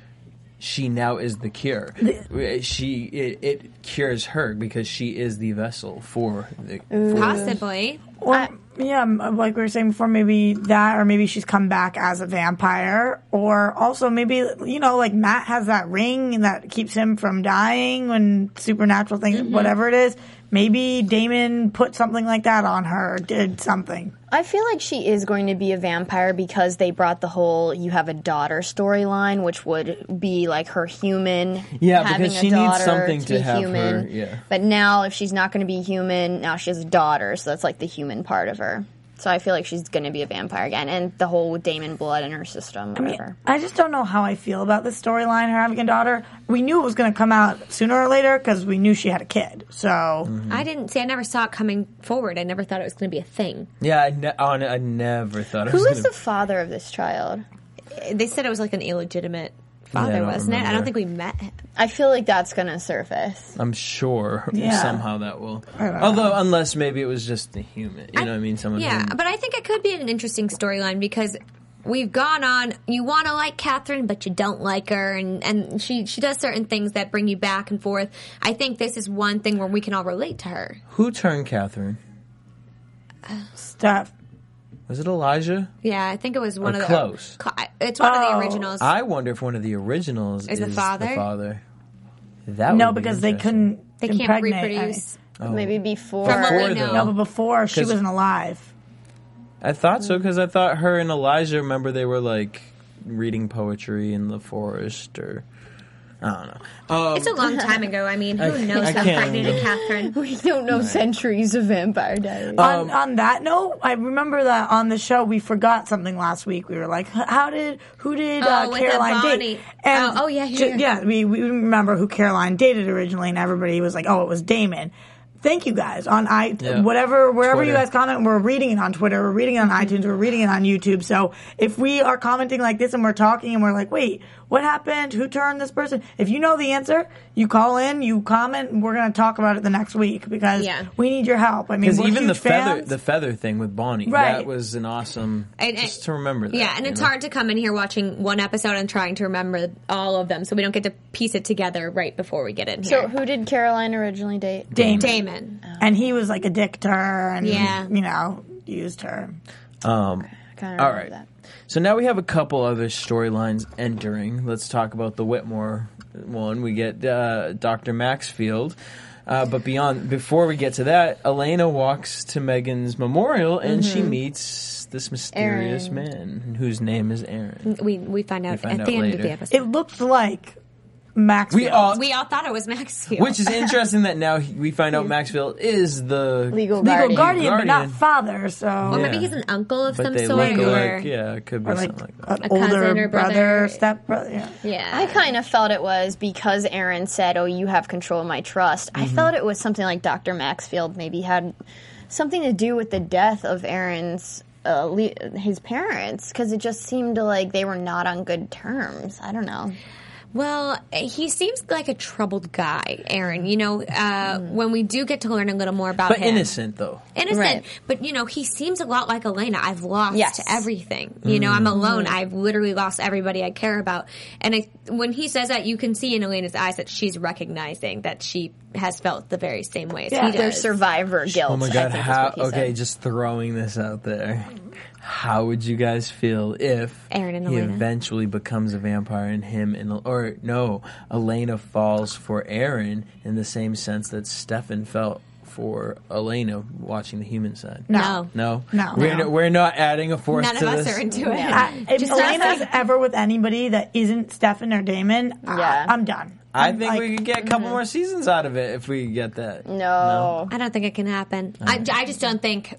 Speaker 3: she now is the cure. Eh, She it, it cures her because she is the vessel for the for
Speaker 4: Possibly.
Speaker 2: Or, yeah, m- like we were saying before, maybe that, or maybe she's come back as a vampire, or also maybe you know, like Matt has that ring that keeps him from dying when supernatural things,
Speaker 3: Mm-hmm.
Speaker 2: whatever it is. Maybe Damon put something like that on her, or did something.
Speaker 5: I feel like she is going to be a vampire because they brought the whole you have a daughter storyline, which would be like her human.
Speaker 3: Yeah,
Speaker 5: having
Speaker 3: because
Speaker 5: a
Speaker 3: she needs
Speaker 5: daughter
Speaker 3: something
Speaker 5: to,
Speaker 3: to
Speaker 5: be
Speaker 3: have her,
Speaker 5: human.
Speaker 3: yeah.
Speaker 5: But now, if she's not going to be human, now she has a daughter, so that's like the human part of her. So I feel like she's going to be a vampire again, and the whole Damon blood in her system, whatever.
Speaker 2: I just don't know how I feel about this storyline, her having a daughter. We knew it was going to come out sooner or later because we knew she had a kid. So
Speaker 3: Mm.
Speaker 4: I didn't see, I never saw it coming forward. I never thought it was going to be a thing.
Speaker 3: Yeah, I, ne- hon- I never thought I
Speaker 5: Who
Speaker 3: was
Speaker 5: is
Speaker 3: gonna,
Speaker 5: the father of this child?
Speaker 4: They said it was like an illegitimate father,
Speaker 3: Yeah, I don't
Speaker 4: wasn't it? I don't
Speaker 3: remember.
Speaker 4: think we met him.
Speaker 5: I feel like that's going to surface.
Speaker 3: I'm sure
Speaker 2: Yeah.
Speaker 3: somehow that will.
Speaker 2: don't
Speaker 3: Although unless maybe it was just the human, you know what I mean, someone
Speaker 4: Yeah,
Speaker 3: who-
Speaker 4: but I think it could be an interesting storyline because we've gone on. You want to like Catherine, but you don't like her, and and she she does certain things that bring you back and forth. I think this is one thing where we can all relate to her.
Speaker 3: who turned Catherine?
Speaker 2: stuff.
Speaker 3: Was it Elijah?
Speaker 4: Yeah, I think it was one
Speaker 3: Or
Speaker 4: of
Speaker 3: close.
Speaker 4: the cl- It's one of the
Speaker 2: Oh.
Speaker 4: originals.
Speaker 3: I wonder if one of the originals
Speaker 4: Is
Speaker 3: is,
Speaker 4: the father?
Speaker 3: father. That
Speaker 2: No,
Speaker 3: would be
Speaker 2: because they
Speaker 3: interesting.
Speaker 2: couldn't.
Speaker 4: they can't
Speaker 2: impregnate.
Speaker 4: reproduce.
Speaker 3: Oh.
Speaker 5: Maybe before.
Speaker 4: From what
Speaker 3: Before
Speaker 4: we
Speaker 3: them.
Speaker 4: know.
Speaker 2: I- no, but before she
Speaker 3: 'Cause-
Speaker 2: wasn't alive.
Speaker 3: I thought so because I thought her and Elijah. Remember, they were like reading poetry in the forest, or I don't know.
Speaker 4: it's a long time ago. I mean, who
Speaker 3: I-
Speaker 4: knows
Speaker 3: I
Speaker 4: how
Speaker 3: can't
Speaker 4: pregnant
Speaker 3: remember.
Speaker 4: Catherine?
Speaker 5: we don't know centuries of Vampire Diaries.
Speaker 3: Uh,
Speaker 2: on,
Speaker 4: Um,
Speaker 2: on that note, I remember that on the show we forgot something last week. We were like, "H- "How did who did uh,
Speaker 4: Oh, with the
Speaker 2: Caroline
Speaker 4: Bonnie.
Speaker 2: date?" And
Speaker 4: Oh, oh, yeah, yeah,
Speaker 2: ju-
Speaker 4: yeah.
Speaker 2: yeah. We we didn't remember who Caroline dated originally, and everybody was like, "Oh, it was Damon." thank you guys on i
Speaker 3: Yeah.
Speaker 2: whatever wherever you
Speaker 3: Twitter. Mm-hmm.
Speaker 2: guys comment. We're reading it on Twitter. We're reading it on iTunes. We're reading it on YouTube. So if we are commenting like this and we're talking and we're like, wait, what happened? Who turned this person? If you know the answer, you call in, you comment. and We're gonna talk about it the next week because
Speaker 4: Yeah.
Speaker 2: we need your help. I mean,
Speaker 3: Because
Speaker 2: we're
Speaker 3: even the
Speaker 2: huge
Speaker 3: feather,
Speaker 2: fans.
Speaker 3: the feather thing with Bonnie,
Speaker 2: Right.
Speaker 3: that was an awesome.
Speaker 4: And- and-
Speaker 3: just to remember that.
Speaker 4: Yeah, and
Speaker 3: you
Speaker 4: it's
Speaker 3: know?
Speaker 4: hard to come in here watching one episode and trying to remember all of them, so we don't get to piece it together right before we get in here.
Speaker 5: So, who did Caroline originally date?
Speaker 2: Damon.
Speaker 4: Damon.
Speaker 2: and he was like a dick to her, and
Speaker 4: Yeah.
Speaker 2: you know, used her.
Speaker 5: I kinda
Speaker 3: All
Speaker 5: remember
Speaker 3: right.
Speaker 5: that.
Speaker 3: So now we have a couple other storylines entering. Let's talk about the Whitmore one. We get uh, Dr. Maxfield. Uh, but beyond, before we get to that, Elena walks to Megan's memorial and she meets this mysterious man whose name is Aaron.
Speaker 4: We we find out
Speaker 3: find
Speaker 4: at
Speaker 3: out
Speaker 4: the end of
Speaker 3: later.
Speaker 4: the episode.
Speaker 2: It looked like Max.
Speaker 3: We all,
Speaker 4: we all thought it was Maxfield.
Speaker 3: which is interesting that now he, we find out Maxfield is the
Speaker 5: Legal,
Speaker 2: legal
Speaker 5: guardian.
Speaker 2: guardian, but not
Speaker 3: Guardian.
Speaker 2: father. So
Speaker 4: or
Speaker 3: Yeah.
Speaker 4: maybe he's an uncle of
Speaker 3: but
Speaker 4: some
Speaker 3: they
Speaker 4: sort. or,
Speaker 3: look alike. Yeah, it could be
Speaker 2: or like,
Speaker 3: something like that.
Speaker 2: an
Speaker 4: A cousin
Speaker 2: older
Speaker 4: or
Speaker 2: brother,
Speaker 4: brother.
Speaker 2: step brother. Yeah.
Speaker 4: yeah.
Speaker 5: I kind of felt it was because Aaron said, "Oh, you have control of my trust."
Speaker 3: Mm-hmm.
Speaker 5: I felt it was something like Dr. Maxfield maybe had something to do with the death of Aaron's uh, le- his parents because it just seemed like they were not on good terms. I don't know.
Speaker 4: Well, he seems like a troubled guy, Aaron. You know, uh, when we do get to learn a little more about
Speaker 3: But
Speaker 4: him,
Speaker 3: innocent, though.
Speaker 4: innocent.
Speaker 5: Right.
Speaker 4: But you know, he seems a lot like Elena. I've lost
Speaker 5: Yes.
Speaker 4: everything. You know,
Speaker 3: Mm.
Speaker 4: I'm alone. I've literally lost everybody I care about. And I, when he says that, you can see in Elena's eyes that she's recognizing that she has felt the very same way as
Speaker 2: Yeah,
Speaker 4: he
Speaker 5: Their
Speaker 4: does.
Speaker 5: survivor guilt.
Speaker 3: Oh my
Speaker 5: I
Speaker 3: god,
Speaker 5: think is
Speaker 3: how
Speaker 5: what he said.
Speaker 3: okay, just throwing this out there. How would you guys feel if
Speaker 4: Aaron and
Speaker 3: he
Speaker 4: Elena.
Speaker 3: eventually becomes a vampire and him and or no, Elena falls for Aaron in the same sense that Stefan felt for Elena watching the human side?
Speaker 4: no.
Speaker 3: No.
Speaker 2: No.
Speaker 3: We're
Speaker 2: No.
Speaker 3: we're not adding a fourth
Speaker 4: None of
Speaker 3: to
Speaker 4: us
Speaker 3: this.
Speaker 4: are into it.
Speaker 2: I, if
Speaker 4: Just
Speaker 2: Elena's
Speaker 4: like-
Speaker 2: ever with anybody that isn't Stefan or Damon,
Speaker 5: Yeah.
Speaker 2: I, am done.
Speaker 3: I
Speaker 2: I'm
Speaker 3: think
Speaker 2: like-
Speaker 3: we could get a couple more seasons out of it if we could get that.
Speaker 5: No.
Speaker 4: I don't think it can happen. I, I just don't think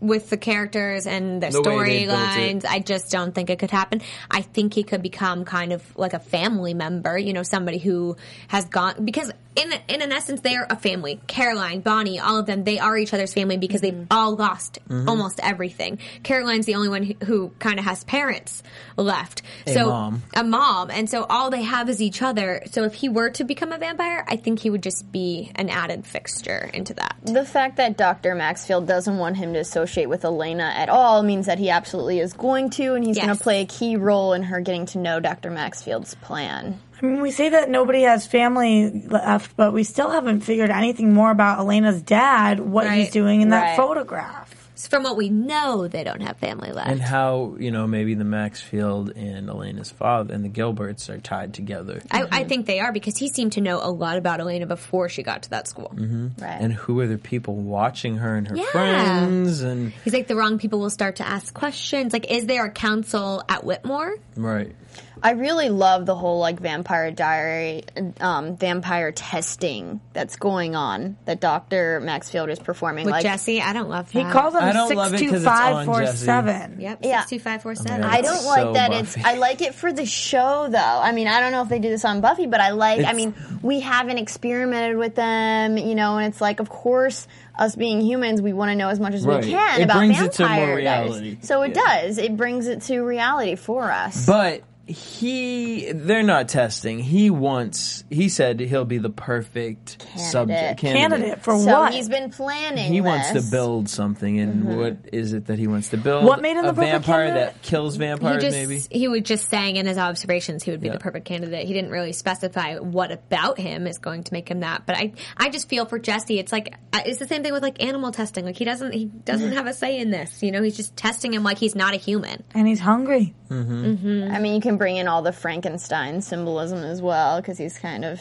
Speaker 4: with the characters and their
Speaker 3: The way they built
Speaker 4: storylines, I just don't think it could happen. I think he could become kind of like a family member, you know, somebody who has gone because in in an essence they're a family. Caroline, Bonnie, all of them, they are each other's family because they've
Speaker 3: Mm-hmm.
Speaker 4: all lost almost everything. Caroline's the only one who, who kind of has parents left.
Speaker 3: A
Speaker 4: so
Speaker 3: mom.
Speaker 4: a mom, and so all they have is each other. So if he were to become a vampire, I think he would just be an added fixture into that.
Speaker 3: Mm-hmm.
Speaker 5: The fact that Dr. Maxfield doesn't want him to associate with Elena at all means that he absolutely is going to, and he's
Speaker 4: Yes.
Speaker 5: going to play a key role in her getting to know Dr. Maxfield's plan.
Speaker 2: I mean, we say that nobody has family left, but we still haven't figured anything more about Elena's dad, what he's
Speaker 4: Right.
Speaker 2: doing in that
Speaker 5: Right.
Speaker 2: photograph.
Speaker 4: So from what we know, they don't have family left.
Speaker 3: And how, you know, maybe the Maxfield and Elena's father and the Gilberts are tied together.
Speaker 4: I, I think they are because he seemed to know a lot about Elena before she got to that school.
Speaker 5: Right.
Speaker 3: and who are the people watching her and her
Speaker 4: Yeah.
Speaker 3: friends and
Speaker 4: He's like, the wrong people will start to ask questions. Like, is there a council at Whitmore?
Speaker 3: right
Speaker 5: I really love the whole like vampire diary, um, vampire testing that's going on that Dr. Maxfield is performing.
Speaker 4: With
Speaker 5: like,
Speaker 4: Jesse, I don't love
Speaker 2: He
Speaker 4: that.
Speaker 2: calls
Speaker 3: I
Speaker 2: him
Speaker 3: don't love it 'cause
Speaker 2: six two
Speaker 3: it's
Speaker 2: five
Speaker 3: on
Speaker 2: four
Speaker 3: Jesse.
Speaker 2: seven.
Speaker 4: Yep,
Speaker 5: Yeah.
Speaker 4: 62547.
Speaker 3: Oh my
Speaker 5: I don't
Speaker 3: So
Speaker 5: like that
Speaker 3: Buffy.
Speaker 5: it's. I like it for the show, though. I mean, I don't know if they do this on Buffy, but I like. I
Speaker 3: It's-
Speaker 5: mean, we haven't experimented with them, you know, and it's like, of course, us being humans, we want to know as much as
Speaker 3: Right.
Speaker 5: we can
Speaker 3: It
Speaker 5: about
Speaker 3: brings
Speaker 5: vampire
Speaker 3: it to more
Speaker 5: diaries.
Speaker 3: reality.
Speaker 5: So it
Speaker 3: Yeah.
Speaker 5: does. It brings it to reality for us.
Speaker 3: but he they're not testing he wants he said he'll be the perfect subject candidate,
Speaker 2: Candidate for
Speaker 5: so
Speaker 2: what?
Speaker 5: he's been planning.
Speaker 3: he wants to
Speaker 5: this.
Speaker 3: build something and what is it that he wants to build
Speaker 2: What made him
Speaker 3: a
Speaker 2: the perfect
Speaker 3: vampire
Speaker 2: candidate?
Speaker 3: that kills
Speaker 4: He
Speaker 3: vampires
Speaker 4: just
Speaker 3: maybe
Speaker 4: he was just saying in his observations he would be
Speaker 3: Yeah.
Speaker 4: the perfect candidate. He didn't really specify what about him is going to make him that. But I I just feel for Jesse. It's like uh, it's the same thing with like animal testing. Like he doesn't he doesn't have a say in this. You know, he's just testing him like he's not a human.
Speaker 2: and he's hungry.
Speaker 5: I mean, you can bring in all the Frankenstein symbolism as well, because he's kind of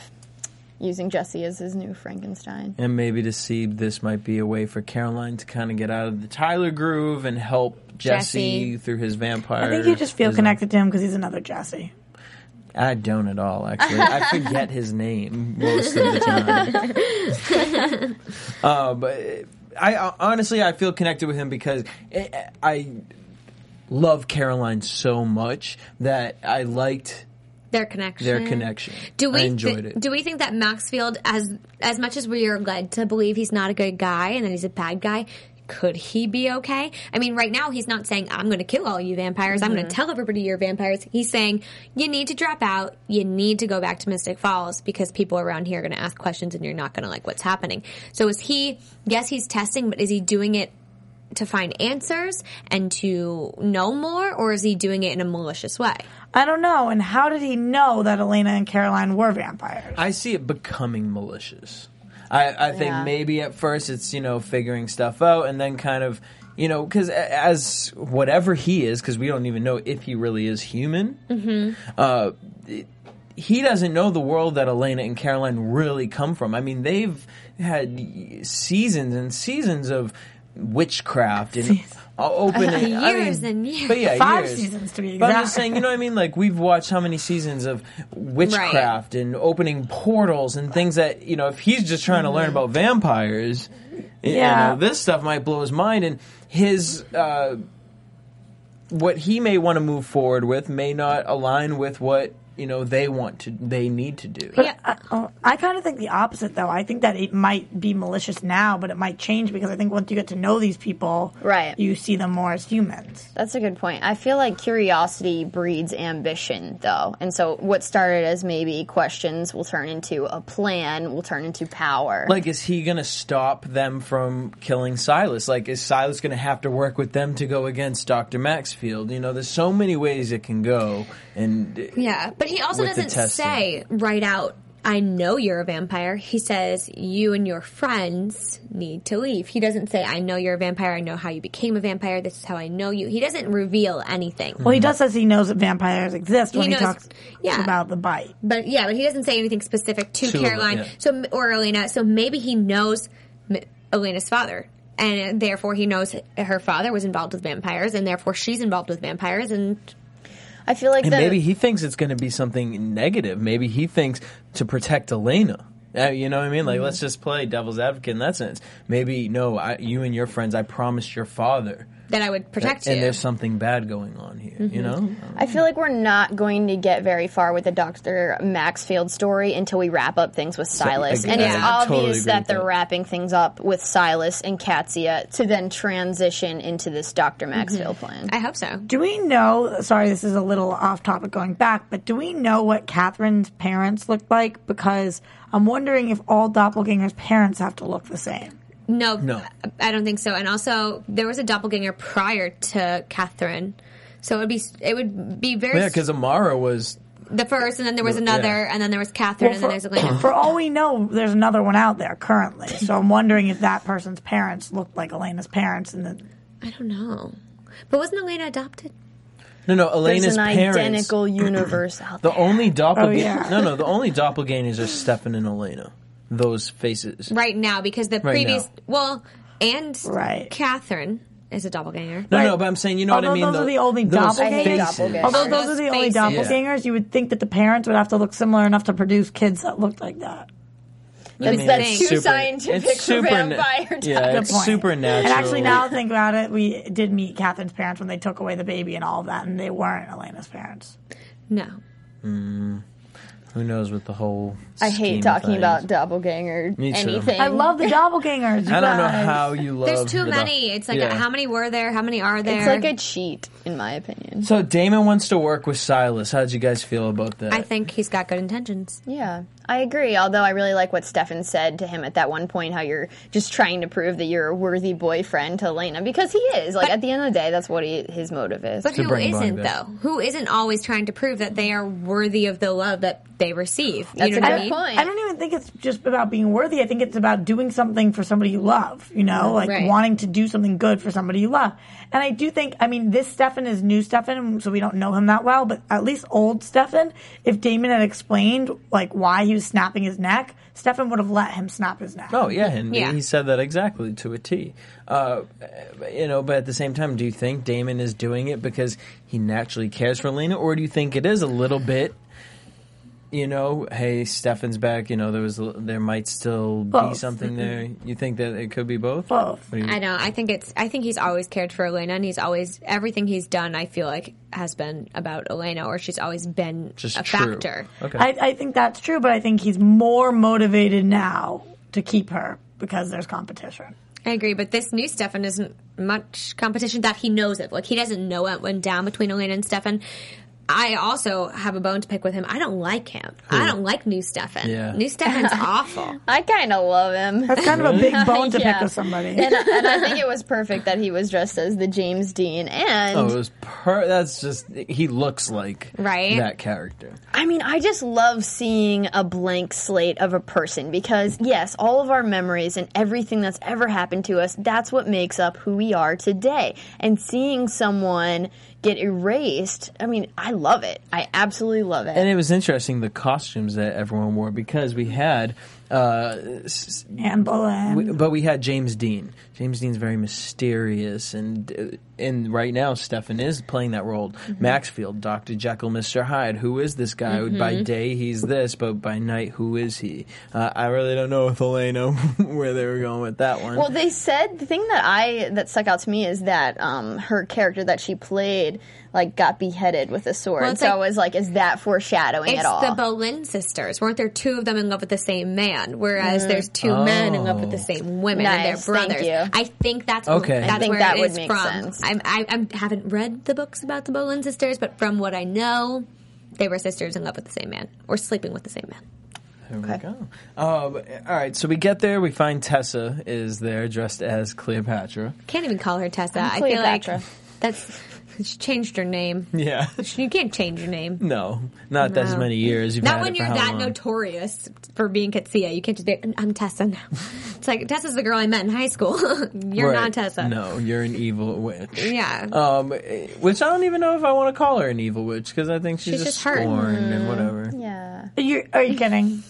Speaker 5: using Jesse as his new Frankenstein.
Speaker 3: and maybe to see this might be a way for caroline to kind of get out of the tyler groove and help jesse,
Speaker 4: Jesse.
Speaker 3: through his vampire
Speaker 2: I think you just feel connected to him because he's another Jesse.
Speaker 3: i don't at all actually i forget his name most of the time I uh, honestly I feel connected with him because I, I love Caroline so much that I liked
Speaker 4: Their connection.
Speaker 3: their connection.
Speaker 4: Hmm. Do we
Speaker 3: I enjoyed
Speaker 4: thi-
Speaker 3: it.
Speaker 4: Do we think that Maxfield, as as much as we are led to believe he's not a good guy and that he's a bad guy, could he be okay? I mean, right now he's not saying I'm going to kill all you vampires. I'm going to tell everybody you're vampires. He's saying you need to drop out. You need to go back to Mystic Falls because people around here are going to ask questions and you're not going to like what's happening. So is he? Yes, he's testing, but is he doing it? To find answers and to know more, or is he doing it in a malicious way?
Speaker 2: I don't know. And how did he know that Elena and Caroline were vampires?
Speaker 3: I see it becoming malicious. I, I think
Speaker 5: Yeah.
Speaker 3: maybe at first it's you know figuring stuff out and then kind of you know because as whatever he is because we don't even know if he really is human. Uh, it- he doesn't know the world that Elena and Caroline really come from. I mean, they've had seasons and seasons of witchcraft and opening
Speaker 4: Years
Speaker 3: I mean,
Speaker 4: and years.
Speaker 3: But yeah,
Speaker 2: Five
Speaker 3: years.
Speaker 2: seasons to be
Speaker 3: But I'm
Speaker 2: exact.
Speaker 3: just saying, you know what I mean? Like we've watched how many seasons of witchcraft and opening portals and things that you know. If he's just trying to learn about vampires,
Speaker 2: Yeah.
Speaker 3: you know, this stuff might blow his mind. And his uh, what he may want to move forward with may not align with what you know they want to they need to do.
Speaker 4: Yeah.
Speaker 2: I, oh, I kind of think the opposite, though. I think that it might be malicious now, but it might change because I think once you get to know these people,
Speaker 5: Right.
Speaker 2: you see them more as humans.
Speaker 5: That's a good point. I feel like curiosity breeds ambition, though. And so what started as maybe questions will turn into a plan, will turn into power.
Speaker 3: Like, is he going to stop them from killing Silas? Like, is Silas going to have to work with them to go against Dr. Maxfield? You know, there's so many ways it can go. And
Speaker 4: Yeah, but he also
Speaker 3: with the
Speaker 4: doesn't
Speaker 3: testing.
Speaker 4: say right out, I know you're a vampire. He says, you and your friends need to leave. He doesn't say, I know you're a vampire. I know how you became a vampire. This is how I know you. He doesn't reveal anything.
Speaker 3: Hmm.
Speaker 2: Well, he does says he knows that vampires exist when he,
Speaker 4: knows-
Speaker 2: talks
Speaker 4: yeah.
Speaker 2: about the bite.
Speaker 4: But yeah, but he doesn't say anything specific to
Speaker 3: To,
Speaker 4: Caroline
Speaker 3: yeah.
Speaker 4: so or Elena. So maybe he knows M- Elena's father. And therefore, he knows her father was involved with vampires, and therefore she's involved with vampires. And
Speaker 5: I feel like
Speaker 3: And
Speaker 5: the,
Speaker 3: maybe he thinks it's going to be something negative. Maybe he thinks to protect Elena. Uh, you know what I mean? Like, let's just play devil's advocate in that sense. Maybe no, I, you and your friends. I promised your father,
Speaker 4: that I would protect
Speaker 3: and
Speaker 4: you.
Speaker 3: there's something bad going on here. You know?
Speaker 5: I feel like we're not going to get very far with the Dr. Maxfield story until we wrap up things with Silas.
Speaker 3: I-
Speaker 5: and it's
Speaker 3: I
Speaker 5: obvious
Speaker 3: totally agree
Speaker 5: that
Speaker 3: with
Speaker 5: they're
Speaker 3: that.
Speaker 5: wrapping things up with Silas and Katsia to then transition into this Dr.
Speaker 2: Mm-hmm.
Speaker 5: Maxfield plan.
Speaker 4: I hope so.
Speaker 2: Do we know? Sorry, this is a little off topic going back, but do we know what Catherine's parents looked like? Because I'm wondering if all doppelgangers' parents have to look the same.
Speaker 4: No,
Speaker 3: No.
Speaker 4: I don't think so. And also, there was a doppelganger prior to Catherine, so it would be it would be very
Speaker 3: Yeah, because Amara was
Speaker 4: the first, and then there was
Speaker 3: Yeah.
Speaker 4: another, and then there was Catherine, and then
Speaker 2: Well,
Speaker 4: there's
Speaker 2: for,
Speaker 4: Elena.
Speaker 2: for all we know, there's another one out there currently. So I'm wondering if that person's parents looked like Elena's parents, and the,
Speaker 4: I don't know, but wasn't Elena adopted?
Speaker 3: no, no. Elena's
Speaker 5: There's an
Speaker 3: parents.
Speaker 5: identical universe out
Speaker 3: The
Speaker 5: there.
Speaker 3: only doppelganger.
Speaker 2: yeah.
Speaker 3: No, no. The only doppelgangers are Stefan and Elena. Those faces.
Speaker 4: Right now, because the
Speaker 3: Right
Speaker 4: previous
Speaker 3: now.
Speaker 4: well, and
Speaker 2: Right.
Speaker 4: Catherine is a doppelganger.
Speaker 3: No,
Speaker 2: Right.
Speaker 3: no. But I'm saying, you know
Speaker 2: Although
Speaker 3: what I mean.
Speaker 2: those are the only
Speaker 3: those
Speaker 2: doppelgangers. Oh, I hate
Speaker 3: faces.
Speaker 5: doppelgangers.
Speaker 2: although
Speaker 4: Or
Speaker 2: those are
Speaker 4: those
Speaker 2: the only
Speaker 4: faces.
Speaker 2: doppelgangers, you would think that the parents would have to look similar enough to produce kids that looked like that.
Speaker 5: That's,
Speaker 3: mean,
Speaker 5: that's
Speaker 4: it's
Speaker 5: too
Speaker 3: super-
Speaker 5: scientific
Speaker 3: it's super
Speaker 5: for
Speaker 3: na-
Speaker 5: vampire
Speaker 3: yeah,
Speaker 5: type.
Speaker 3: It's supernatural.
Speaker 2: And actually, now that I think about it, we did meet Catherine's parents when they took away the baby and all of that, and they weren't Elena's parents.
Speaker 4: No,
Speaker 3: Who knows what the whole.
Speaker 5: I
Speaker 3: scheme
Speaker 5: hate
Speaker 3: of
Speaker 5: talking
Speaker 3: things.
Speaker 5: about doppelganger
Speaker 3: Me too.
Speaker 5: anything.
Speaker 2: I love the doppelgangers. you
Speaker 3: I don't know
Speaker 2: guys.
Speaker 3: how you love.
Speaker 4: there's too
Speaker 3: the
Speaker 4: many.
Speaker 3: doc-
Speaker 4: It's like
Speaker 3: Yeah.
Speaker 4: how many were there? How many are there?
Speaker 5: It's like a cheat, in my opinion.
Speaker 3: So Damon wants to work with Silas. How did you guys feel about that?
Speaker 4: I think he's got good intentions.
Speaker 5: Yeah, I agree. Although I really like what Stefan said to him at that one point, how you're just trying to prove that you're a worthy boyfriend to Elena because he is. Like at the end of the day, that's what he, his motive is.
Speaker 4: But
Speaker 3: To
Speaker 4: who
Speaker 3: bring
Speaker 4: isn't
Speaker 3: bondage.
Speaker 4: though? Who isn't always trying to prove that they are worthy of the love that they receive? You
Speaker 5: That's
Speaker 4: know
Speaker 5: a
Speaker 4: what I
Speaker 5: good
Speaker 4: mean?
Speaker 5: point.
Speaker 2: I don't even think it's just about being worthy. I think it's about doing something for somebody you love, you know, like
Speaker 4: Right.
Speaker 2: wanting to do something good for somebody you love. And I do think, I mean, this Stefan is new Stefan, so we don't know him that well, but at least old Stefan, if Damon had explained like why he was snapping his neck, Stefan would have let him snap his neck.
Speaker 3: Oh yeah, and
Speaker 4: Yeah.
Speaker 3: he said that exactly to a T. Uh, you know, but at the same time, do you think Damon is doing it because he naturally cares for Elena, or do you think it is a little bit? you know, hey, Stefan's back. You know, there was there might still be
Speaker 2: Both.
Speaker 3: something there.
Speaker 4: Mm-hmm.
Speaker 3: You think that it could be both?
Speaker 2: Both.
Speaker 3: What do you-
Speaker 4: I know. I think it's. I think he's always cared for Elena, and he's always everything he's done. I feel like has been about Elena, or she's always been
Speaker 3: Just
Speaker 4: a
Speaker 3: true.
Speaker 4: factor.
Speaker 3: Okay.
Speaker 2: I, I think that's true, but I think he's more motivated now to keep her because there's competition.
Speaker 4: I agree, but this new Stefan isn't much competition that he knows of. Like he doesn't know what went down between Elena and Stefan. I also have a bone to pick with him. I don't like him. I don't like new Stefan.
Speaker 3: Yeah.
Speaker 4: New Stefan's awful.
Speaker 5: I kind of love him.
Speaker 2: That's kind of a big bone to
Speaker 5: Yeah.
Speaker 2: pick with somebody.
Speaker 5: and, I, and I think it was perfect that he was dressed as the James Dean. And
Speaker 3: Oh, it was per. That's just he looks like
Speaker 4: Right?
Speaker 3: that character.
Speaker 5: I mean, I just love seeing a blank slate of a person because, yes, all of our memories and everything that's ever happened to us, that's what makes up who we are today. And seeing someone get erased, I mean, I love it. I absolutely love it.
Speaker 3: And it was interesting the costumes that everyone wore because we had, uh, s-
Speaker 2: Anne Boleyn.
Speaker 3: we, but we had James Dean. James Dean's very mysterious, and uh, and right now Stefan is playing that role.
Speaker 4: Mm-hmm.
Speaker 3: Maxfield, Doctor Jekyll, Mister Hyde. Who is this guy? By day he's this, but by night who is he? Uh, I really don't know with Elena where they were going with that one.
Speaker 5: Well, they said the thing that I that stuck out to me is that um, her character that she played like got beheaded with a sword.
Speaker 4: Well, it's
Speaker 5: so
Speaker 4: like-
Speaker 5: I was like, is that foreshadowing
Speaker 4: It's
Speaker 5: at all?
Speaker 4: the Boleyn sisters. Weren't there two of them in love with the same man? Whereas there's two men in love with the same women,
Speaker 5: Mm-hmm. Oh. Nice,
Speaker 4: and they're
Speaker 5: thank
Speaker 4: brothers.
Speaker 5: you.
Speaker 4: I think that's
Speaker 3: Okay. I
Speaker 4: That's
Speaker 5: think
Speaker 4: where
Speaker 5: that
Speaker 4: it
Speaker 5: would
Speaker 4: is
Speaker 5: make
Speaker 4: from.
Speaker 5: sense.
Speaker 4: I'm, I, I'm, haven't read the books about the Boleyn sisters, but from what I know, they were sisters in love with the same man or sleeping with the same man.
Speaker 3: There we go. Uh, but- all right, so we get there. We find Tessa is there dressed as Cleopatra.
Speaker 4: Can't even call her Tessa. i feel
Speaker 5: Cleopatra.
Speaker 4: like that's she changed her name.
Speaker 3: Yeah.
Speaker 4: You can't change your name.
Speaker 3: No, not that as
Speaker 4: No.
Speaker 3: many years. You've
Speaker 4: Not
Speaker 3: had
Speaker 4: when
Speaker 3: it
Speaker 4: you're
Speaker 3: for how
Speaker 4: that
Speaker 3: long?
Speaker 4: notorious for being Katsia. You can't just be. I'm Tessa now. It's like Tessa's the girl I met in high school. you're
Speaker 3: Right.
Speaker 4: not Tessa.
Speaker 3: No, you're an evil witch.
Speaker 4: Yeah.
Speaker 3: Um, eh, which I don't even know if I want to call her an evil witch because I think she's,
Speaker 4: She's
Speaker 3: just
Speaker 4: just hurt.
Speaker 3: scorned and whatever.
Speaker 5: yeah,
Speaker 2: You're, are you kidding?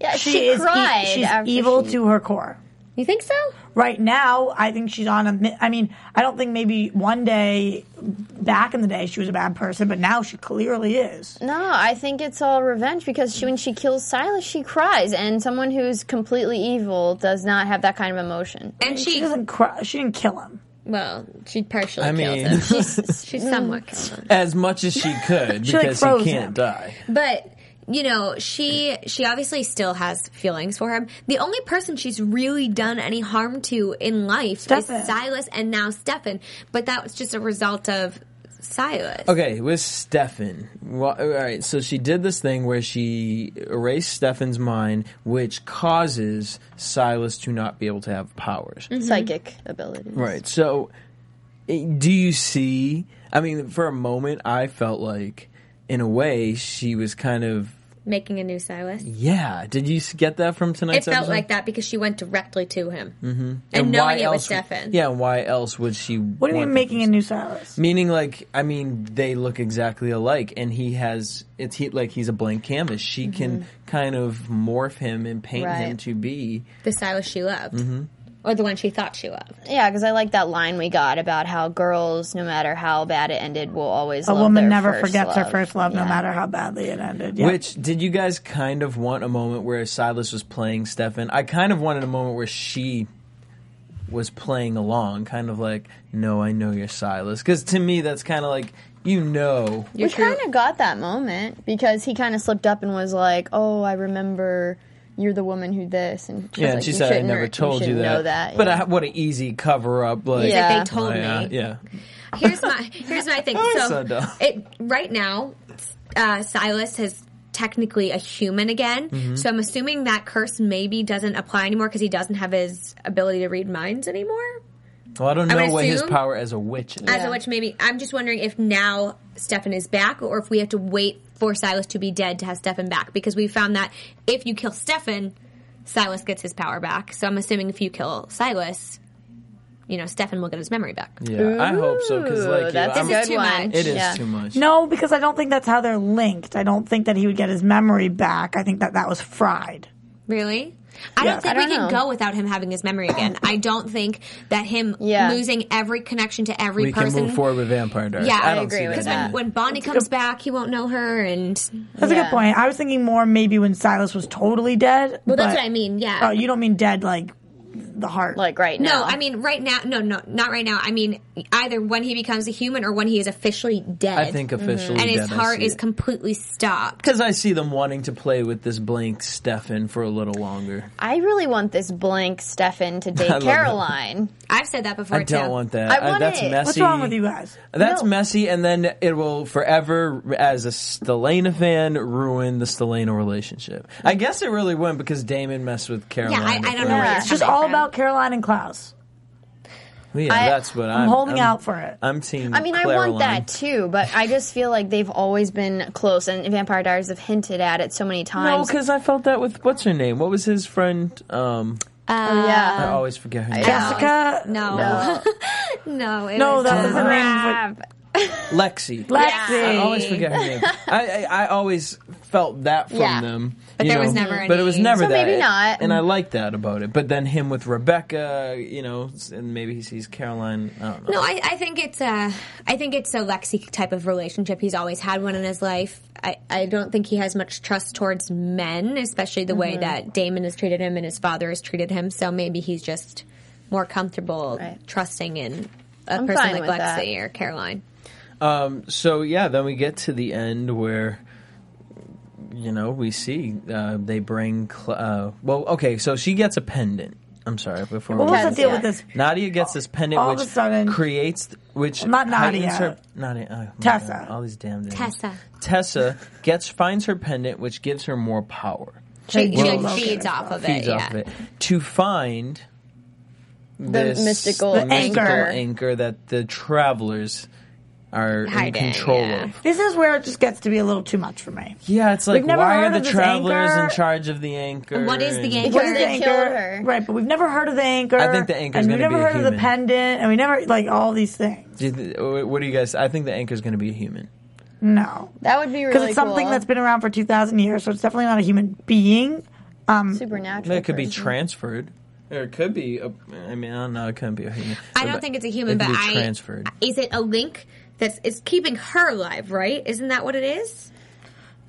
Speaker 5: yeah. She,
Speaker 2: is e-
Speaker 5: cried.
Speaker 2: she's
Speaker 5: after
Speaker 2: evil
Speaker 5: she-
Speaker 2: to her core.
Speaker 4: you think so?
Speaker 2: Right now, I think she's on a. mi- I mean, I don't think maybe one day back in the day she was a bad person, but now she clearly is.
Speaker 5: No, I think it's all revenge because she, when she kills Silas, she cries, and someone who's completely evil does not have that kind of emotion.
Speaker 4: And she,
Speaker 2: She doesn't. Cry, she didn't kill him.
Speaker 4: well, she partially
Speaker 3: I
Speaker 4: kills
Speaker 3: mean-
Speaker 4: him. She's, she's somewhat killed him.
Speaker 3: As much as she could
Speaker 2: She, like,
Speaker 3: because
Speaker 2: froze
Speaker 3: he can't
Speaker 2: him.
Speaker 3: die.
Speaker 4: But you know, she she obviously still has feelings for him. The only person she's really done any harm to in life
Speaker 2: Stefan.
Speaker 4: is Silas and now Stefan. But that was just a result of Silas.
Speaker 3: Okay, with Stefan. Well, all right, so she did this thing where she erased Stefan's mind, which causes Silas to not be able to have powers.
Speaker 5: Mm-hmm.
Speaker 2: Mm-hmm.
Speaker 5: Psychic abilities.
Speaker 3: Right. So, eh, do you see? I mean, for a moment, I felt like, in a way, she was kind of.
Speaker 4: Making a new Silas.
Speaker 3: Yeah. Did you s- get that from
Speaker 4: It
Speaker 3: tonight's
Speaker 4: felt
Speaker 3: episode?
Speaker 4: like that because she went directly to him. Mm-hmm. And,
Speaker 3: why
Speaker 4: knowing it was
Speaker 3: else would-
Speaker 4: Stefan.
Speaker 3: Yeah. and Why else would she?
Speaker 2: What do you mean making a new Silas?
Speaker 3: Meaning, like, I mean, they look exactly alike, and he has it's he like he's a blank canvas. She can kind of morph him and paint him
Speaker 5: Mm-hmm. Right.
Speaker 3: to be.
Speaker 4: The Silas she loved.
Speaker 3: Mm-hmm.
Speaker 4: Or the one she thought she loved.
Speaker 5: Yeah, because I like that line we got about how girls, no matter how bad it ended, will always
Speaker 2: A
Speaker 5: love
Speaker 2: woman
Speaker 5: their
Speaker 2: never
Speaker 5: first love.
Speaker 2: forgets her first love,
Speaker 5: Yeah.
Speaker 2: no matter how badly it ended. Yeah.
Speaker 3: Which did you guys kind of want a moment where Silas was playing Stefan? I kind of wanted a moment where she was playing along, kind of like, no, I know you're Silas, because to me that's kind of like you know,
Speaker 5: We kind of got that moment because he kind of slipped up and was like, "Oh, I remember." You're the woman who this, and she was
Speaker 3: yeah. and
Speaker 5: like,
Speaker 3: she
Speaker 5: "You
Speaker 3: said, I
Speaker 5: shouldn't
Speaker 3: never
Speaker 5: re-
Speaker 3: told you
Speaker 5: shouldn't
Speaker 3: that,
Speaker 5: Know that.
Speaker 3: but
Speaker 5: yeah.
Speaker 3: I, what an easy cover up, like.
Speaker 5: Yeah.
Speaker 4: Like they told
Speaker 3: Oh, yeah,
Speaker 4: me.
Speaker 3: yeah.
Speaker 4: Here's my here's my thing.
Speaker 3: That was
Speaker 4: So,
Speaker 3: so dumb.
Speaker 4: it right now, uh, Silas has technically a human again.
Speaker 3: Mm-hmm.
Speaker 4: So I'm assuming that curse maybe doesn't apply anymore because he doesn't have his ability to read minds anymore.
Speaker 3: Well, I don't
Speaker 4: I
Speaker 3: know
Speaker 4: would
Speaker 3: what his
Speaker 4: assume-
Speaker 3: power as a witch is.
Speaker 4: As a which maybe I'm just wondering if now Stefan is back or if we have to wait for Silas to be dead to have Stefan back because we found that if you kill Stefan, Silas gets his power back. So I'm assuming if you kill Silas, you know Stefan will get his memory back.
Speaker 3: yeah, I hope so because like you,
Speaker 5: Ooh, that's
Speaker 3: I'm-
Speaker 5: a good
Speaker 4: too
Speaker 5: one.
Speaker 4: much.
Speaker 3: it is
Speaker 5: Yeah.
Speaker 3: too much.
Speaker 2: no, because I don't think that's how they're linked. I don't think that he would get his memory back. I think that that was fried.
Speaker 4: Really? I don't think
Speaker 5: I
Speaker 4: we
Speaker 5: don't
Speaker 4: can
Speaker 5: know.
Speaker 4: go without him having his memory again. I don't think that him
Speaker 5: Yeah.
Speaker 4: losing every connection to every
Speaker 3: We
Speaker 4: person.
Speaker 3: can move forward with Vampire Diaries.
Speaker 4: Yeah,
Speaker 3: I,
Speaker 4: I
Speaker 3: don't
Speaker 5: agree
Speaker 3: see
Speaker 5: with
Speaker 3: that.
Speaker 4: Because when,
Speaker 5: that.
Speaker 4: when Bonnie comes back, he won't know her, and
Speaker 2: That's a
Speaker 5: Yeah.
Speaker 2: good point. I was thinking more maybe when Silas was totally dead.
Speaker 4: well, that's
Speaker 2: but-
Speaker 4: what I mean. Yeah.
Speaker 2: Oh, you don't mean dead like the heart.
Speaker 5: like right now.
Speaker 4: no, I mean right now. No, no, not right now. I mean either when he becomes a human or when he is officially dead.
Speaker 3: I think officially,
Speaker 4: and his
Speaker 3: dead, I
Speaker 4: heart
Speaker 3: see
Speaker 4: is
Speaker 3: it.
Speaker 4: completely stopped.
Speaker 3: because I see them wanting to play with this blank Stefan for a little longer.
Speaker 5: I really want this blank Stefan to
Speaker 3: I
Speaker 5: date
Speaker 3: love
Speaker 5: Caroline.
Speaker 4: I've said that before
Speaker 3: I don't
Speaker 4: too.
Speaker 3: want that.
Speaker 5: I want
Speaker 3: that's
Speaker 5: it.
Speaker 3: messy.
Speaker 2: What's wrong with you guys?
Speaker 3: That's
Speaker 5: No.
Speaker 3: messy, and then it will forever, as a Stelena fan, ruin the Stelena relationship. I guess it really wouldn't because Damon messed with Caroline.
Speaker 4: Yeah, I, I don't know.
Speaker 3: before.
Speaker 4: Where
Speaker 5: Yeah.
Speaker 4: it's
Speaker 2: It's just
Speaker 4: coming
Speaker 2: all
Speaker 4: from.
Speaker 2: about Caroline and Klaus.
Speaker 3: Yeah,
Speaker 5: I-
Speaker 3: that's what I'm,
Speaker 2: I'm holding out for it.
Speaker 3: I'm team.
Speaker 5: I mean, I want that too, but I just feel like they've always been close, and Vampire Diaries have hinted at it so many
Speaker 3: No,
Speaker 5: times.
Speaker 3: because I felt that with what's her name? What was his friend? Um,
Speaker 5: Oh,
Speaker 3: I
Speaker 5: yeah,
Speaker 3: always forget her name.
Speaker 2: Jessica.
Speaker 4: No, no, it
Speaker 2: No,
Speaker 4: was-
Speaker 2: that was the name.
Speaker 5: Crap.
Speaker 3: Lexi. I
Speaker 2: Lexi.
Speaker 3: always forget her name. I, I, I always felt that from
Speaker 5: Yeah.
Speaker 3: them.
Speaker 4: But
Speaker 3: you
Speaker 4: there
Speaker 3: know,
Speaker 4: was never
Speaker 3: But it
Speaker 4: any.
Speaker 3: was never
Speaker 5: So
Speaker 3: that.
Speaker 5: maybe not.
Speaker 3: And I like that about it. But then him with Rebecca, you know, and maybe he sees Caroline. I don't know.
Speaker 4: No, I, I think it's a, I think it's a Lexi type of relationship. He's always had one in his life. I, I don't think he has much trust towards men, especially the
Speaker 5: Mm-hmm.
Speaker 4: way that Damon has treated him and his father has treated him. So maybe he's just more comfortable
Speaker 5: Right.
Speaker 4: trusting in a
Speaker 5: I'm
Speaker 4: person
Speaker 5: fine
Speaker 4: like
Speaker 5: with that.
Speaker 4: Lexi or Caroline.
Speaker 3: So yeah, then we get to the end where you know we see uh, they bring. Cl- uh, well, okay, so she gets a pendant. I'm sorry. Before
Speaker 2: What
Speaker 3: we
Speaker 2: was the
Speaker 5: Depends,
Speaker 2: deal
Speaker 5: yeah.
Speaker 2: with this?
Speaker 3: Nadia gets this pendant,
Speaker 2: all of
Speaker 3: which
Speaker 2: a sudden-
Speaker 3: creates, which
Speaker 2: Not
Speaker 3: heightens
Speaker 2: Nadia.
Speaker 3: Her, Nadia, oh, my
Speaker 2: Tessa.
Speaker 3: God, all these damn names.
Speaker 4: Tessa.
Speaker 3: Tessa gets finds her pendant, which gives her more power.
Speaker 4: She, she
Speaker 3: Well,
Speaker 4: like feeds off of
Speaker 3: Feeds
Speaker 4: it.
Speaker 3: off
Speaker 4: yeah.
Speaker 3: of it to find this
Speaker 5: mystical
Speaker 3: the
Speaker 5: The
Speaker 3: mystical
Speaker 2: anchor.
Speaker 3: anchor that the travelers are
Speaker 4: Hiding,
Speaker 3: in control
Speaker 4: yeah.
Speaker 3: of.
Speaker 2: This is where it just gets to be a little too much for me.
Speaker 3: Yeah, it's like
Speaker 2: We've never
Speaker 3: why
Speaker 2: heard
Speaker 3: are the
Speaker 2: of this
Speaker 3: travelers in
Speaker 2: anchor.
Speaker 3: charge of the anchor?
Speaker 4: what is the
Speaker 3: and-
Speaker 4: anchor?
Speaker 2: What
Speaker 5: Because
Speaker 2: is the
Speaker 5: they
Speaker 2: anchor?
Speaker 5: killed her.
Speaker 2: Right, but we've never heard of the anchor.
Speaker 3: I think the anchor's
Speaker 2: and we've
Speaker 3: gonna be
Speaker 2: never
Speaker 3: a
Speaker 2: heard of the
Speaker 3: human.
Speaker 2: pendant, and we never like all these things.
Speaker 3: Do you th- What do you guys? I think the anchor's going to be a human.
Speaker 2: No,
Speaker 5: that would be really
Speaker 2: because it's something
Speaker 5: cool.
Speaker 2: that's been around for two thousand years, so it's definitely not a human being.
Speaker 5: supernatural.
Speaker 3: It could be
Speaker 5: person.
Speaker 3: transferred. Or it could be. A, I mean, I don't know. It couldn't be a human.
Speaker 4: I don't think it's a human,
Speaker 3: it
Speaker 4: but
Speaker 3: could be
Speaker 4: I
Speaker 3: transferred.
Speaker 4: Is it a link that's is keeping her alive? Right? Isn't that what it is?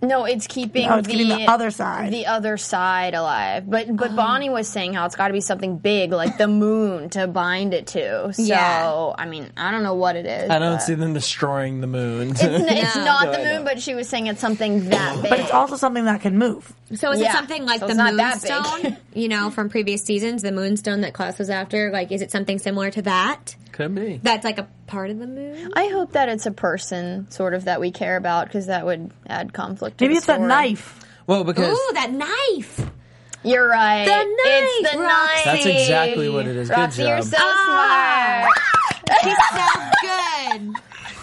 Speaker 5: No, it's keeping,
Speaker 2: No, it's
Speaker 5: the,
Speaker 2: keeping the other side. Oh.
Speaker 5: the other side alive. But but Bonnie was saying how it's got to be something big, like the moon, to bind it to. So
Speaker 4: Yeah.
Speaker 5: I mean, I don't know what it is.
Speaker 3: I don't
Speaker 5: but-
Speaker 3: see them destroying the moon.
Speaker 5: It's, n- it's
Speaker 4: No.
Speaker 5: not
Speaker 3: No,
Speaker 5: the
Speaker 3: I
Speaker 5: moon,
Speaker 3: know.
Speaker 5: but she was saying it's something that big.
Speaker 2: But it's also something that can move.
Speaker 4: So is it
Speaker 5: Yeah.
Speaker 4: something like
Speaker 5: So
Speaker 4: the
Speaker 5: it's not that
Speaker 4: moonstone, you know, from previous seasons, the moonstone that Klaus was after? Like, is it something similar to that?
Speaker 3: could be.
Speaker 4: That's like a part of the moon?
Speaker 5: I hope that it's a person, sort of, that we care about, because that would add conflict. To
Speaker 2: Maybe
Speaker 5: the
Speaker 2: it's that
Speaker 5: story.
Speaker 2: knife.
Speaker 3: Well, because
Speaker 4: Ooh, that knife!
Speaker 5: You're right.
Speaker 4: The knife,
Speaker 5: It's the
Speaker 4: Roxy.
Speaker 5: knife.
Speaker 3: That's exactly what it is. Good
Speaker 5: Roxy, you're
Speaker 3: job.
Speaker 5: so
Speaker 4: Ah.
Speaker 5: smart.
Speaker 4: He's so good!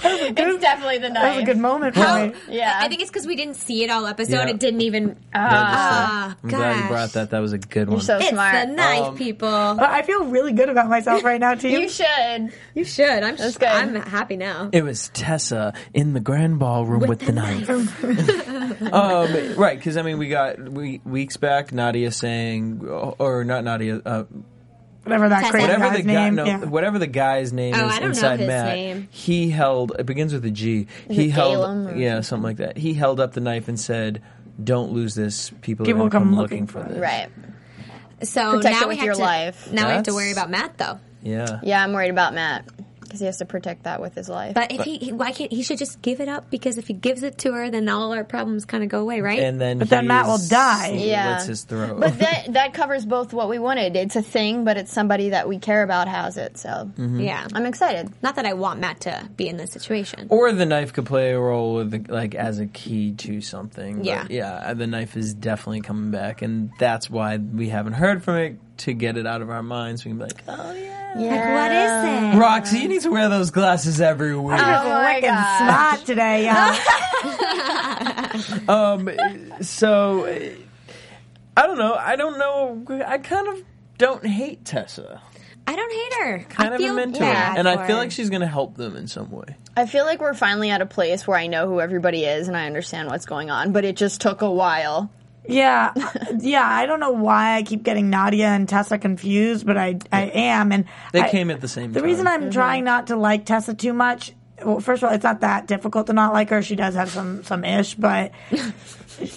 Speaker 5: It's definitely the knife.
Speaker 2: That was a good moment for me.
Speaker 5: Yeah.
Speaker 4: I think it's because we didn't see it all episode.
Speaker 3: Yeah.
Speaker 4: It didn't even.
Speaker 3: Ah,
Speaker 4: Ah,
Speaker 3: I'm glad
Speaker 4: gosh.
Speaker 3: you brought that. That was a good one.
Speaker 5: You're so
Speaker 4: it's
Speaker 5: smart. Um,
Speaker 4: the knife, people.
Speaker 2: But I feel really good about myself right now, too.
Speaker 5: you should.
Speaker 4: You should. I'm
Speaker 5: That's
Speaker 4: just.
Speaker 5: good.
Speaker 4: I'm happy now.
Speaker 3: It was Tessa in the grand ballroom with, the knife. um, right, because I mean, we got we, weeks back Nadia saying, or not Nadia, uh,
Speaker 2: whatever that
Speaker 4: Tessa.
Speaker 2: crazy
Speaker 3: whatever
Speaker 2: guy's
Speaker 3: the guy,
Speaker 2: name.
Speaker 3: no,
Speaker 2: yeah.
Speaker 3: whatever the guy's name
Speaker 4: Oh,
Speaker 3: is
Speaker 4: I don't know
Speaker 3: inside
Speaker 4: his
Speaker 3: Matt.
Speaker 4: name.
Speaker 3: He held. It begins with a G. he
Speaker 5: it
Speaker 3: held.
Speaker 5: Galen or
Speaker 3: yeah, something like that. He held up the knife and said, "Don't lose this. People,
Speaker 2: People
Speaker 3: are
Speaker 2: will
Speaker 3: gonna
Speaker 2: come
Speaker 3: come
Speaker 2: looking
Speaker 3: for
Speaker 2: for
Speaker 3: this."
Speaker 5: Right.
Speaker 4: So
Speaker 5: Protect
Speaker 4: now
Speaker 5: it
Speaker 4: we
Speaker 5: with
Speaker 4: have
Speaker 5: your
Speaker 4: to.
Speaker 5: life.
Speaker 4: Now we have to
Speaker 3: That's-
Speaker 4: worry about Matt though.
Speaker 3: Yeah.
Speaker 5: Yeah, I'm worried about Matt because he has to protect that with his life.
Speaker 4: But if he, he, why can't he should just give it up? Because if he gives it to her, then all our problems kind of go away, right?
Speaker 3: And then,
Speaker 2: But then Matt will
Speaker 3: he's-
Speaker 2: die.
Speaker 3: he
Speaker 5: Yeah.
Speaker 3: Slits his throat.
Speaker 5: But that that covers both what we wanted. It's a thing, but it's somebody that we care about has it. So
Speaker 3: Mm-hmm.
Speaker 4: yeah,
Speaker 5: I'm excited.
Speaker 4: not that I want Matt to be in this situation.
Speaker 3: or the knife could play a role with the, like as a key to something. But
Speaker 4: Yeah.
Speaker 3: yeah. The knife is definitely coming back, and that's why we haven't heard from it to get it out of our minds. We can be like, oh yeah,
Speaker 4: Like, what is it?
Speaker 3: Roxy, you need to wear those glasses every week.
Speaker 2: Just
Speaker 5: Oh my
Speaker 2: wicked
Speaker 5: gosh.
Speaker 2: smart today, y'all.
Speaker 3: Um, So uh, I don't know. I don't know. I kind of don't hate Tessa.
Speaker 4: I don't hate her.
Speaker 3: Kind
Speaker 4: I
Speaker 3: of
Speaker 4: feel
Speaker 3: am into
Speaker 4: bad
Speaker 3: her, and
Speaker 4: for
Speaker 3: I feel like she's going to help them in some way.
Speaker 5: I feel like we're finally at a place where I know who everybody is and I understand what's going on, but it just took a while.
Speaker 2: Yeah, yeah. I don't know why I keep getting Nadia and Tessa confused, but I I am, and
Speaker 3: They
Speaker 2: I-
Speaker 3: came at the same
Speaker 2: The
Speaker 3: time.
Speaker 2: reason I'm trying not to like Tessa too much. Well, first of all, it's not that difficult to not like her. She does have some some ish, but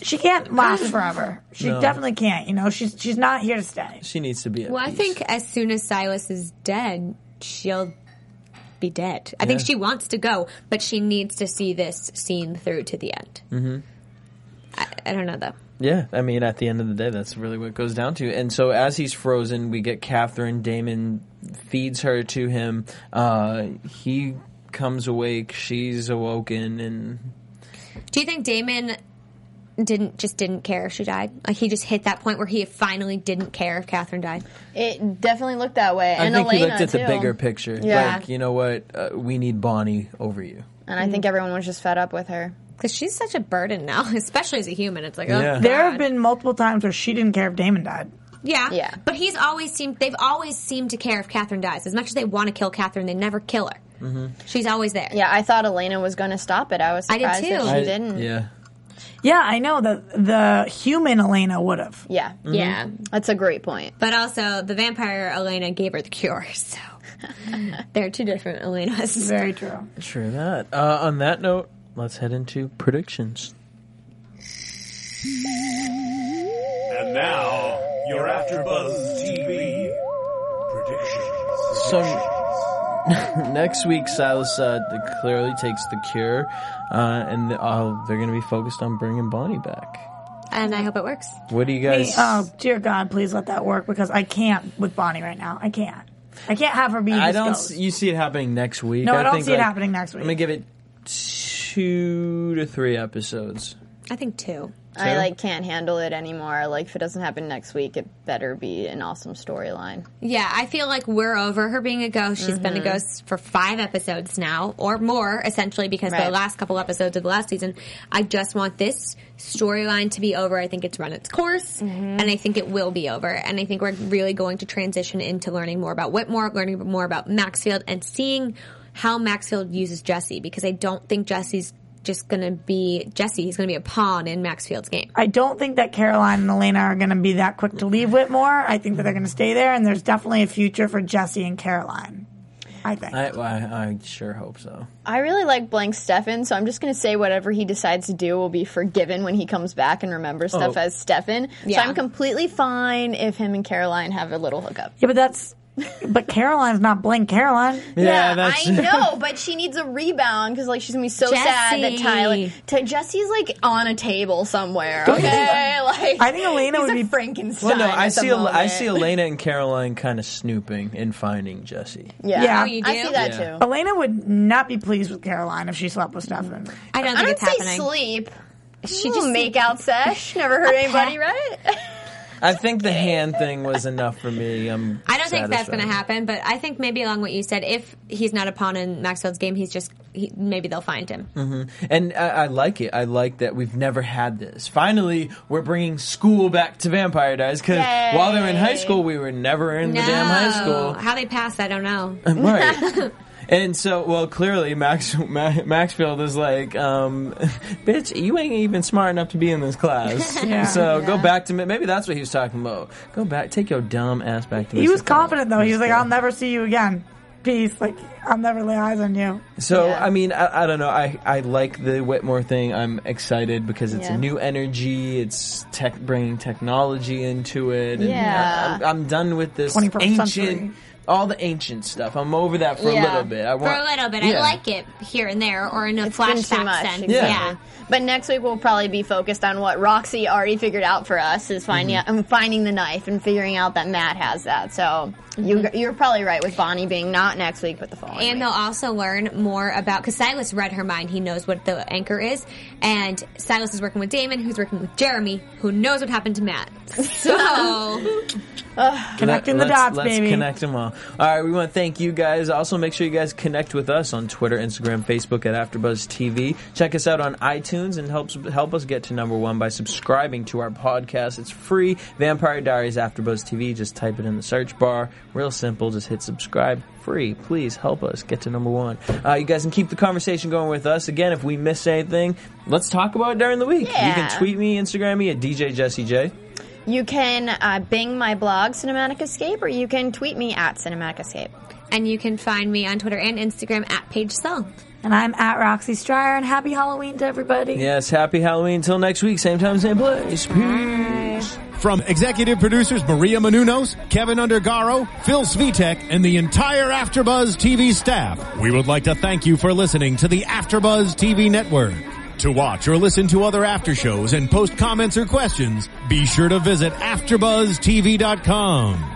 Speaker 2: she can't last forever. She
Speaker 3: No. Uh-huh.
Speaker 2: definitely can't. You know, she's she's not here to stay.
Speaker 3: She needs to be. At
Speaker 4: Well, I
Speaker 3: peace.
Speaker 4: think as soon as Silas is dead, she'll be dead. I think
Speaker 3: Yeah.
Speaker 4: she wants to go, but she needs to see this scene through to the end. Mm-hmm. I, I don't know though.
Speaker 3: Yeah, I mean, at the end of the day, that's really what it goes down to. And so, as he's frozen, we get Catherine. Damon feeds her to him. Uh, he comes awake. She's awoken, and
Speaker 4: Do you think Damon didn't just didn't care if she died? Like he just hit that point where he finally didn't care if Catherine died.
Speaker 5: It definitely looked that way.
Speaker 3: I
Speaker 5: and
Speaker 3: think
Speaker 5: Elena
Speaker 3: he looked at the
Speaker 5: too.
Speaker 3: bigger picture.
Speaker 5: Yeah.
Speaker 3: Like, you know what? Uh, we need Bonnie over you.
Speaker 5: And I
Speaker 4: Mm.
Speaker 5: think everyone was just fed up with her.
Speaker 4: Because she's such a burden now, especially as a human. It's like, oh,
Speaker 3: Yeah.
Speaker 4: God.
Speaker 2: There have been multiple times where she didn't care if Damon died.
Speaker 4: yeah,
Speaker 5: Yeah.
Speaker 4: But he's always seemed they've always seemed to care if Catherine dies. As much as they want to kill Catherine, they never kill her. She's always there.
Speaker 5: Yeah, I thought Elena was going to stop it. I was
Speaker 4: I did
Speaker 5: surprised that
Speaker 4: too.
Speaker 5: she
Speaker 4: I-
Speaker 5: didn't.
Speaker 3: Yeah.
Speaker 2: Yeah, I know that the human Elena would have.
Speaker 5: Yeah. Mm.
Speaker 4: yeah.
Speaker 5: That's a great point.
Speaker 4: Mm-hmm. But also, the vampire Elena gave her the cure, so they're two different Elenas.
Speaker 2: Very true.
Speaker 3: True that. Uh, on that note, let's head into predictions.
Speaker 7: And now, your AfterBuzz TV predictions.
Speaker 3: So next week, Silas uh, clearly takes the cure, uh, and uh, they're going to be focused on bringing Bonnie back.
Speaker 4: And I hope it works.
Speaker 3: What do you guys?
Speaker 2: Oh dear God, please let that work because I can't with Bonnie right now. I can't. I can't have her be.
Speaker 3: I
Speaker 2: this
Speaker 3: don't.
Speaker 2: ghost.
Speaker 3: s You see it happening next week?
Speaker 2: No, I don't
Speaker 3: think,
Speaker 2: see it
Speaker 3: like,
Speaker 2: happening next
Speaker 3: I'm gonna
Speaker 2: week.
Speaker 3: give it two to three episodes.
Speaker 4: I think two.
Speaker 5: I like can't handle it anymore. Like if it doesn't happen next week, it better be an awesome storyline.
Speaker 4: Yeah, I feel like we're over her being a ghost. She's
Speaker 5: Mm-hmm.
Speaker 4: been a ghost for five episodes now, or more, essentially, because the
Speaker 5: Right.
Speaker 4: last couple episodes of the last season. I just want this storyline to be over. I think it's run its course,
Speaker 5: Mm-hmm.
Speaker 4: and I think it will be over. And I think we're really going to transition into learning more about Whitmore, learning more about Maxfield, and seeing how Maxfield uses Jesse, because I don't think Jesse's just going to be Jesse. He's going to be a pawn in Maxfield's game.
Speaker 2: I don't think that Caroline and Elena are going to be that quick to leave Whitmore. I think that they're going to stay there, and there's definitely a future for Jesse and Caroline. I think.
Speaker 3: I, well, I, I sure hope so.
Speaker 5: I really like Blank Stefan, so I'm just going to say whatever he decides to do will be forgiven when he comes back and remembers stuff
Speaker 3: Oh.
Speaker 5: as Stefan.
Speaker 4: Yeah.
Speaker 5: So I'm completely fine if him and Caroline have a little hookup.
Speaker 2: yeah, but that's. But Caroline's not Blink Caroline.
Speaker 3: that's.
Speaker 5: I know, but she needs a rebound because like she's gonna be so sad that
Speaker 4: Jessie.
Speaker 5: Tyler, Ty- Jesse's like on a table somewhere. Okay, like
Speaker 2: I think Elena
Speaker 5: he's
Speaker 2: would
Speaker 5: like
Speaker 2: be-
Speaker 5: Frankenstein.
Speaker 3: Well, no,
Speaker 5: at
Speaker 3: I
Speaker 5: the
Speaker 3: see. Al- I
Speaker 5: moment.
Speaker 3: see Elena and Caroline kind of snooping and finding Jesse.
Speaker 5: Yeah,
Speaker 2: Yeah. Oh,
Speaker 4: you
Speaker 5: I
Speaker 4: do?
Speaker 5: see that
Speaker 3: Yeah.
Speaker 5: too.
Speaker 2: Elena would not be pleased with Caroline if she slept with
Speaker 4: I
Speaker 2: Stefan.
Speaker 4: don't think
Speaker 5: I don't
Speaker 4: it's
Speaker 5: say
Speaker 4: happening.
Speaker 5: sleep. She
Speaker 4: just-
Speaker 5: just make out sesh. Never heard anybody, right?
Speaker 3: I think the hand thing was enough for me. I'm
Speaker 4: I don't think that's going to
Speaker 3: satisfied.
Speaker 4: happen, but I think maybe along what you said, if he's not a pawn in Maxwell's game, he's just he, maybe they'll find him.
Speaker 3: And I, I like it. I like that we've never had this. Finally, we're bringing school back to Vampire Diaries because
Speaker 5: Yay.
Speaker 3: while they were in high school, we were never in the damn high school.
Speaker 4: How they passed, I don't know.
Speaker 3: Right. And so, well, clearly Max Ma- Maxfield is like, um, bitch, you ain't even smart enough to be in this class.
Speaker 2: Yeah.
Speaker 3: So go back to mi- maybe that's what he was talking about. Go back, take your dumb ass back to.
Speaker 2: He
Speaker 3: Mr.
Speaker 2: was
Speaker 3: Collins.
Speaker 2: confident though. He was like, "I'll never see you again. Peace. Like, I'll never lay eyes on you."
Speaker 3: So
Speaker 5: Yeah.
Speaker 3: I mean, I, I don't know. I I like the Whitmore thing. I'm excited because it's a
Speaker 5: Yeah.
Speaker 3: new energy. It's tech bringing technology into it. And
Speaker 5: Yeah.
Speaker 3: I, am I'm done with this
Speaker 2: 21st
Speaker 3: ancient.
Speaker 2: century.
Speaker 3: All the ancient stuff. I'm over that for a
Speaker 5: Yeah.
Speaker 3: little bit. I
Speaker 4: For
Speaker 3: want,
Speaker 4: a little bit, I
Speaker 3: Yeah.
Speaker 4: like it here and there, or in a
Speaker 5: Been too
Speaker 4: flashback
Speaker 5: much,
Speaker 4: sense.
Speaker 5: exactly.
Speaker 4: yeah.
Speaker 5: But next week we'll probably be focused on what Roxy already figured out for us is finding
Speaker 4: Mm-hmm.
Speaker 5: out, um, finding the knife and figuring out that Matt has that. So you, you're probably right with Bonnie being not next week, but the following.
Speaker 4: Mm-hmm. And
Speaker 5: week.
Speaker 4: they'll also learn more about because Silas read her mind. He knows what the anchor is, and Silas is working with Damon, who's working with Jeremy, who knows what happened to Matt. So
Speaker 2: Connecting the
Speaker 3: let's-
Speaker 2: dots,
Speaker 3: let's
Speaker 2: baby.
Speaker 3: connect them all. All right, we want to thank you guys. Also, make sure you guys connect with us on Twitter, Instagram, Facebook at AfterBuzz TV. Check us out on iTunes and helps help us get to number one by subscribing to our podcast. It's free. Vampire Diaries AfterBuzz TV. Just type it in the search bar. Real simple. Just hit subscribe. Free. Please help us get to number one. Uh, you guys can keep the conversation going with us. Again, if we miss anything, let's talk about it during the week. You
Speaker 5: Yeah.
Speaker 3: can tweet me, Instagram me at DJ Jesse J.
Speaker 5: You can uh, bing my blog, Cinematic Escape, or you can tweet me at Cinematic Escape.
Speaker 4: And you can find me on Twitter and Instagram at Paige Song.
Speaker 2: And I'm at Roxy Stryer, and happy Halloween to everybody.
Speaker 3: Yes, happy Halloween. Until next week, same time, same place. Peace.
Speaker 1: From executive producers Maria Manunos, Kevin Undergaro, Phil Svitek, and the entire Afterbuzz TV staff, we would like to thank you for listening to the Afterbuzz TV network. To watch or listen to other after shows and post comments or questions, be sure to visit AfterbuzzTV.com.